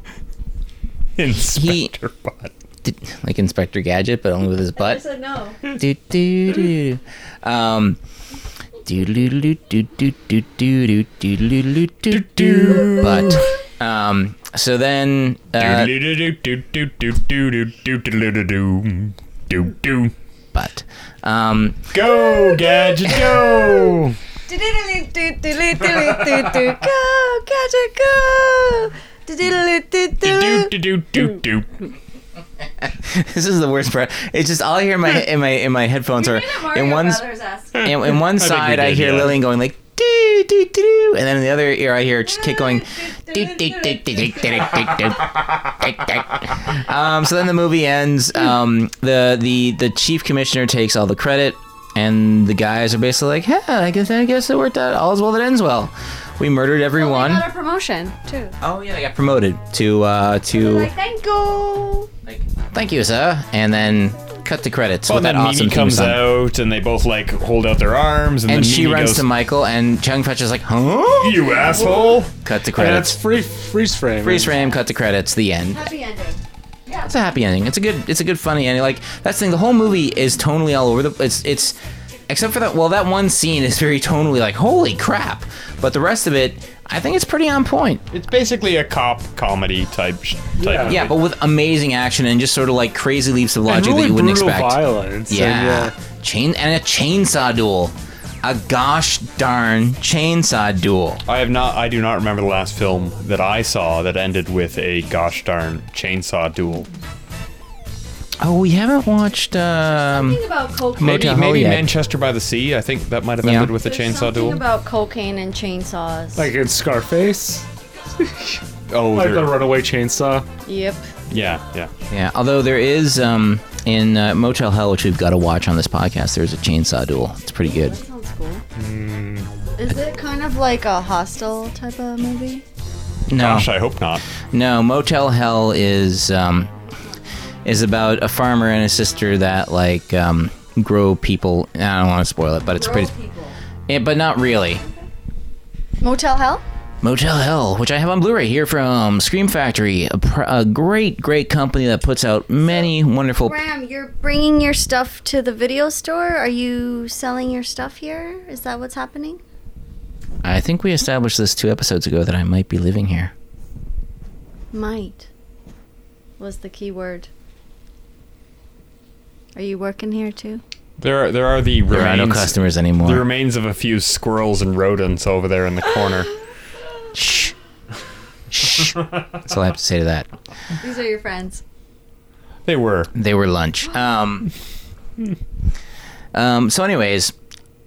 A: he
C: Inspector Bot.
A: did- like Inspector Gadget, but only with his butt.
D: said no.
A: do do do. Um. Do do do do do do do do do do do do. But um. So then. Uh,
C: Go,
A: but um.
C: gadget, go!
D: Go, gadget, go!
A: This is the worst part. It's just all I hear in my in my in my headphones are in one in, in one side I,
C: did,
A: hear
C: yeah.
A: Lillian going like. Do, do, do, do, and then in the other ear, I hear just kick going. Do, do, do, do, do, do, do, do, do, do. Um, so then the movie ends. Um, the the the chief commissioner takes all the credit, and the guys are basically like, "Yeah, I guess I guess it worked out. All's well that ends well. We murdered everyone.
D: Oh, Got a promotion, too.
A: oh yeah, I got promoted to uh, to
D: Like, thank you.
A: thank you, sir. And then cut the credits
C: Well,
A: with
C: and then
A: that awesome
C: Mimi
A: theme
C: comes
A: song.
C: out, and they both like hold out their arms, and,
A: And
C: then
A: she
C: Mimi
A: runs
C: goes,
A: to Michael, and Chung Fetch is like, huh?
C: "You asshole!"
A: Cut the
B: And that's
A: credits.
B: free freeze frame.
A: Freeze frame, cut the credits, the end.
D: Happy ending.
A: It's a happy ending. It's a good, it's a good funny ending. Like that's the thing. The whole movie is tonally all over the. It's it's, except for that. Well, that one scene is very tonally like holy crap, but the rest of it, I think it's pretty on point.
C: It's basically a cop comedy type. Sh- type
A: Yeah, but with amazing action and just sort of like crazy leaps of
B: And
A: logic
B: really
A: that you wouldn't
B: brutal
A: expect.
B: violence. and,
A: Yeah. Chain and a chainsaw duel. a gosh darn chainsaw duel.
C: I have not. I do not remember the last film that I saw that ended with a gosh darn chainsaw duel.
A: Oh, we haven't watched. Um,
D: Something about cocaine.
C: Maybe,
A: Motel
C: maybe
A: Hell yet.
C: Manchester by the Sea. I think that might have
A: Yeah.
C: ended with a
D: There's
C: chainsaw
D: something
C: duel.
D: about cocaine and chainsaws.
B: Like in Scarface,
C: oh,
B: like the
C: there-
B: runaway chainsaw.
D: yep.
C: yeah, yeah.
A: yeah, although there is um, in uh, Motel Hell, which we've got to watch on this podcast. There's a chainsaw duel. It's pretty good.
D: Sounds cool. Is it kind of like a hostile type of movie?
A: No,
C: Gosh, I hope not.
A: no, Motel Hell is um, is about a farmer and his sister that like um, grow people. I don't want to spoil it, but it's pretty. Yeah, but not really.
D: Motel Hell?
A: Motel Hell, which I have on Blu-ray here from Scream Factory, a, pr- a great, great company that puts out many wonderful.
D: Graham, you're bringing your stuff to the video store. Are you selling your stuff here? Is that what's happening?
A: I think we established this two episodes ago that I might be living here.
D: Might was the key word. Are you working here too?
C: There, are, there are the
A: There are no
C: remains.
A: customers anymore.
C: the remains of a few squirrels and rodents over there in the corner.
A: Shh. Shh. That's all I have to say to that.
D: These are your friends.
C: They were.
A: They were lunch. Um. um so, anyways,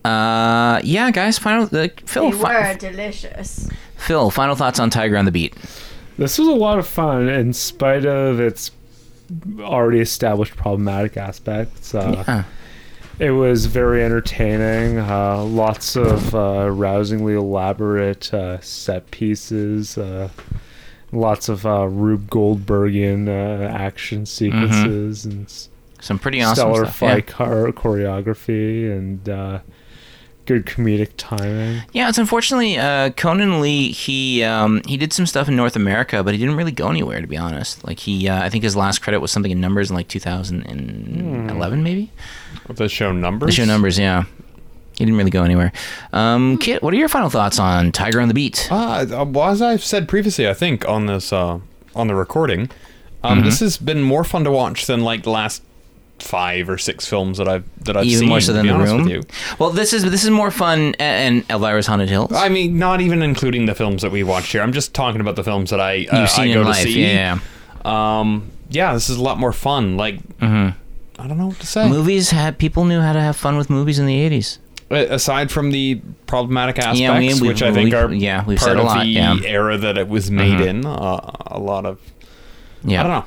A: uh, yeah, guys, final like, Phil, Oh, fi-
D: delicious.
A: Phil, final thoughts on Tiger on the Beat.
B: This was a lot of fun, in spite of its already established problematic aspects. Uh,
A: Yeah.
B: It was very entertaining. Uh, lots of uh, rousingly elaborate uh, set pieces. Uh, lots of uh, Rube Goldbergian uh, action sequences and s-
A: Some Mm-hmm. pretty awesome
B: stellar
A: stuff. yeah.
B: fight car- choreography and uh, good comedic timing.
A: Yeah, it's unfortunately uh, Conan Lee. He um, he did some stuff in North America, but he didn't really go anywhere. To be honest, like he, uh, I think his last credit was something in numbers in like
C: Hmm.
A: 2011, maybe.
C: The show numbers.
A: The show numbers, yeah. He didn't really go anywhere.
C: Hmm.
A: Um, Kit, what are your final thoughts on Tiger on the Beat?
C: Uh, uh, well, as I've said previously, I think on this uh, on the recording, um,
A: Mm-hmm.
C: this has been more fun to watch than like the last five or six films that I've that I've
A: Even
C: seen.
A: more so
C: to
A: than
C: be
A: the
C: honest with
A: room.
C: you.
A: Well, this is this is more fun, a- and Elvira's Haunted Hills.
C: I mean, not even including the films that we watched here. I'm just talking about the films that I uh,
A: You've seen
C: I
A: in
C: go
A: life,
C: to see.
A: yeah.
C: Um, yeah, this is a lot more fun. Like,
A: Mm-hmm.
C: I don't know what to say.
A: Movies had people knew how to have fun with movies in the 80s.
C: A- Aside from the problematic aspects,
A: Yeah, we- we've-
C: which I think
A: we've-
C: are
A: yeah, we've
C: part
A: said a
C: of
A: lot,
C: the
A: yeah. Mm-hmm.
C: era that it was made in, uh, a lot of
A: Yeah,
C: I don't know,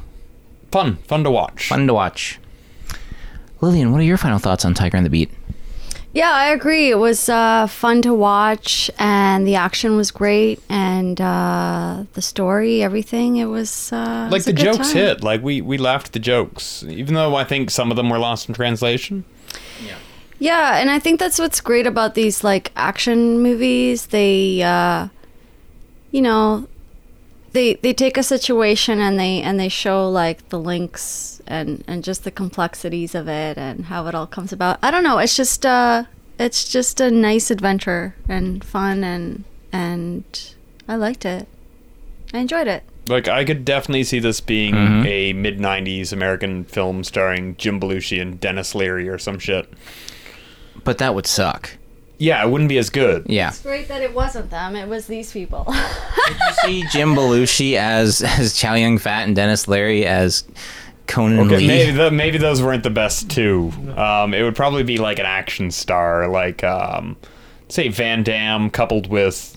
C: fun, fun to watch.
A: fun to watch. Lillian, what are your final thoughts on Tiger on the Beat?
D: Yeah, I agree. It was uh, fun to watch, and the action was great, and uh, the story, everything. It was uh, it
C: Like
D: was a
C: the
D: good
C: jokes
D: time.
C: hit. Like we we laughed at the jokes, even though I think some of them were lost in translation.
D: Yeah, and I think that's what's great about these like action movies. They uh you know, they they take a situation and they and they show like the links and and just the complexities of it and how it all comes about. I don't know, it's just uh it's just a nice adventure and fun and and I liked it. I enjoyed it.
C: Like I could definitely see this being
A: Mm-hmm.
C: a mid '90s American film starring Jim Belushi and Dennis Leary or some shit.
A: But that would suck.
C: Yeah, it wouldn't be as good.
A: Yeah.
D: Great that it wasn't them, it was these people.
A: see Jim Belushi as as Chow Yun Fat and Dennis Leary as Conan
C: Okay,
A: Lee.
C: maybe the, maybe those weren't the best two. Um, it would probably be like an action star, like um, say Van Damme, coupled with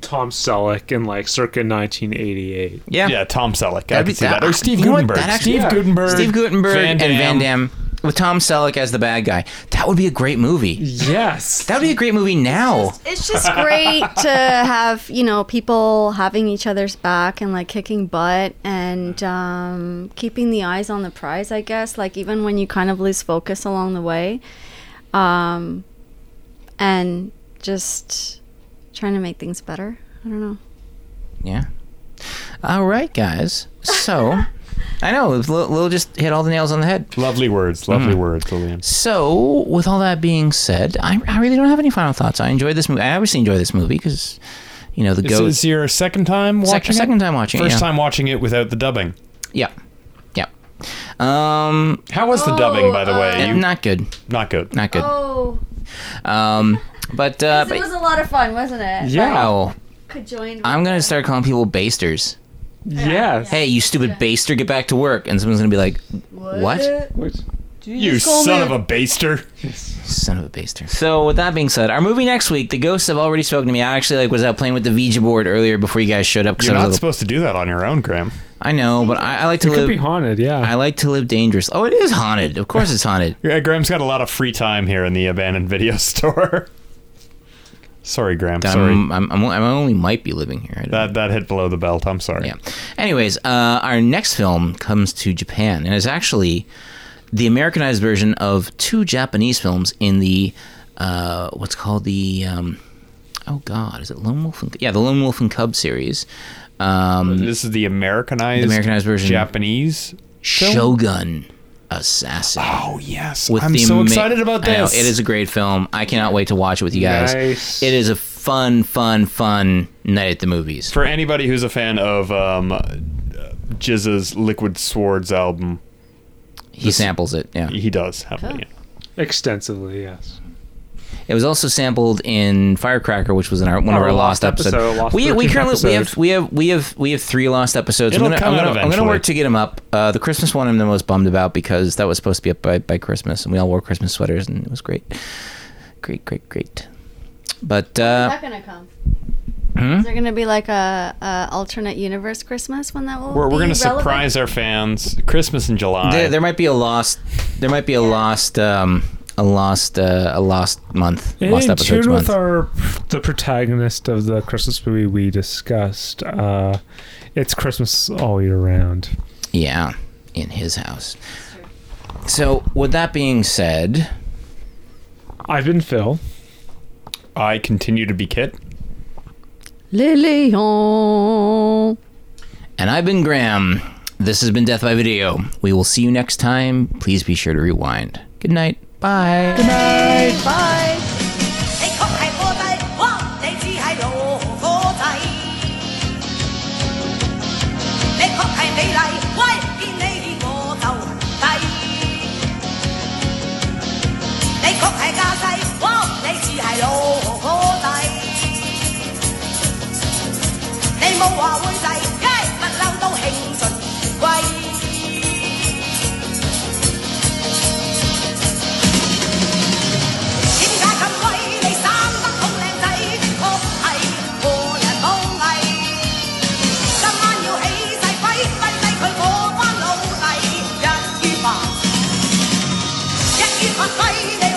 B: Tom Selleck in like circa 1988.
A: Yeah.
C: yeah Tom Selleck. I
A: That'd be-
C: could see
A: that-
C: that. Or Steve
A: you know what,
C: Gutenberg.
A: that actually-
C: Steve
A: yeah.
C: Gutenberg.
A: Steve Gutenberg
C: Van
A: and Van
C: Damme.
A: Damme with Tom Selleck as the bad guy. That would be a great movie.
B: Yes.
A: That would be a great movie now.
D: It's just great to have, you know, people having each other's back and like kicking butt and um, keeping the eyes on the prize, I guess, like even when you kind of lose focus along the way. Um, and just trying to make things better. I don't know.
A: Yeah. All right, guys. So, I know Lil, Lil just hit all the nails on the head.
C: Lovely words. Lovely
A: Mm-hmm.
C: words, Lillian.
A: So, with all that being said, I, I really don't have any final thoughts. I enjoyed this movie. I obviously enjoy this movie because, you know, the
C: Is
A: goat.
C: this your second time
A: Sec-
C: watching it?
A: second time watching it,
C: First
A: yeah.
C: time watching it without the dubbing.
A: Yeah. Yeah. Um,
C: How was the dubbing, by the way? You,
A: not good.
C: not good.
A: Not good.
D: Oh,
A: Um, but uh,
D: it was a lot of fun, wasn't it?
A: wow,
D: Could join.
A: I'm gonna start calling people basters.
B: Yes.
A: Hey, you stupid baster, get back to work. And someone's gonna be like, what?
C: you son of a baster.
A: Son of a baster. So with that being said, our movie next week, the ghosts have already spoken to me. I actually like was out playing with the Ouija board earlier before you guys showed up. 'cause
C: You're
A: I, was a
C: not
A: little-
C: supposed to do that on your own, Graham.
A: I know, but I, I like to
B: It could be
A: live.
B: haunted, yeah.
A: I like to live dangerous. Oh, it is haunted. Of course, it's haunted.
C: Yeah, uh, Graham's got a lot of free time here in the abandoned video store. sorry, Graham. Sorry.
A: I'm, I'm, I'm, I only might be living here. I don't
C: that that hit below the belt. I'm sorry.
A: Yeah. Anyways, uh, our next film comes to Japan and is actually the Americanized version of two Japanese films in the uh, what's called the um, oh god, is it Lone Wolf? And, yeah, the Lone Wolf and Cub series. Um,
C: This is the Americanized,
A: Americanized version.
C: Japanese.
A: Shogun Assassin.
C: Oh yes, I'm so
A: ama-
C: excited about
A: I know,
C: this.
A: it is a great film. I cannot wait to watch it with you guys.
B: Nice.
A: It is a fun, fun, fun night at the movies.
C: for anybody who's a fan of um, uh, Jizza's Liquid Swords album.
A: He samples it. Yeah.
C: He does have it.
B: Extensively, yes.
A: It was also sampled in Firecracker, which was in our one of
B: Our
A: our
B: Oh, lost
A: lost, episodes.
B: episode, lost
A: we, we
B: 13th
A: currently we have
B: episode.
A: we have we have we have three lost episodes.
C: It'll
A: I'm gonna,
C: come
A: I'm
C: out
A: gonna, I'm gonna
C: eventually.
A: work to get them up. Uh, the Christmas one I'm the most bummed about because that was supposed to be up by, by Christmas, and we all wore Christmas sweaters, and it was great, great, great, great. But uh, hmm?
D: That's gonna come. Is there gonna be like a, a alternate universe Christmas when that will?
C: We're, we're
D: be
C: gonna
D: relevant?
C: surprise our fans Christmas in July.
A: there, there might be a lost, there might be a lost, um, a lost, uh, a lost month,
B: In
A: lost episodes
B: tune
A: month.
B: with our the protagonist of the Christmas movie we discussed, uh, it's Christmas all year round.
A: Yeah, in his house. So with that being said.
B: I've been Phil.
C: I continue to be Kit.
D: Lilian.
A: And I've been Graham. This has been Death by Video. We will see you next time. Please be sure to rewind. Good night. Bye.
H: 你確係貨仔，哇！你只係羅貨仔。你確係美麗，喂！見你我就低。你確係架勢，哇！你只係羅貨仔。你冇話會滯，嘿！物流到興盡貴。點解咁貴？你生得好靚仔，的確係個人好藝。今晚要起勢，揮揮揮佢嗰班老弟，一於扮，一於發揮你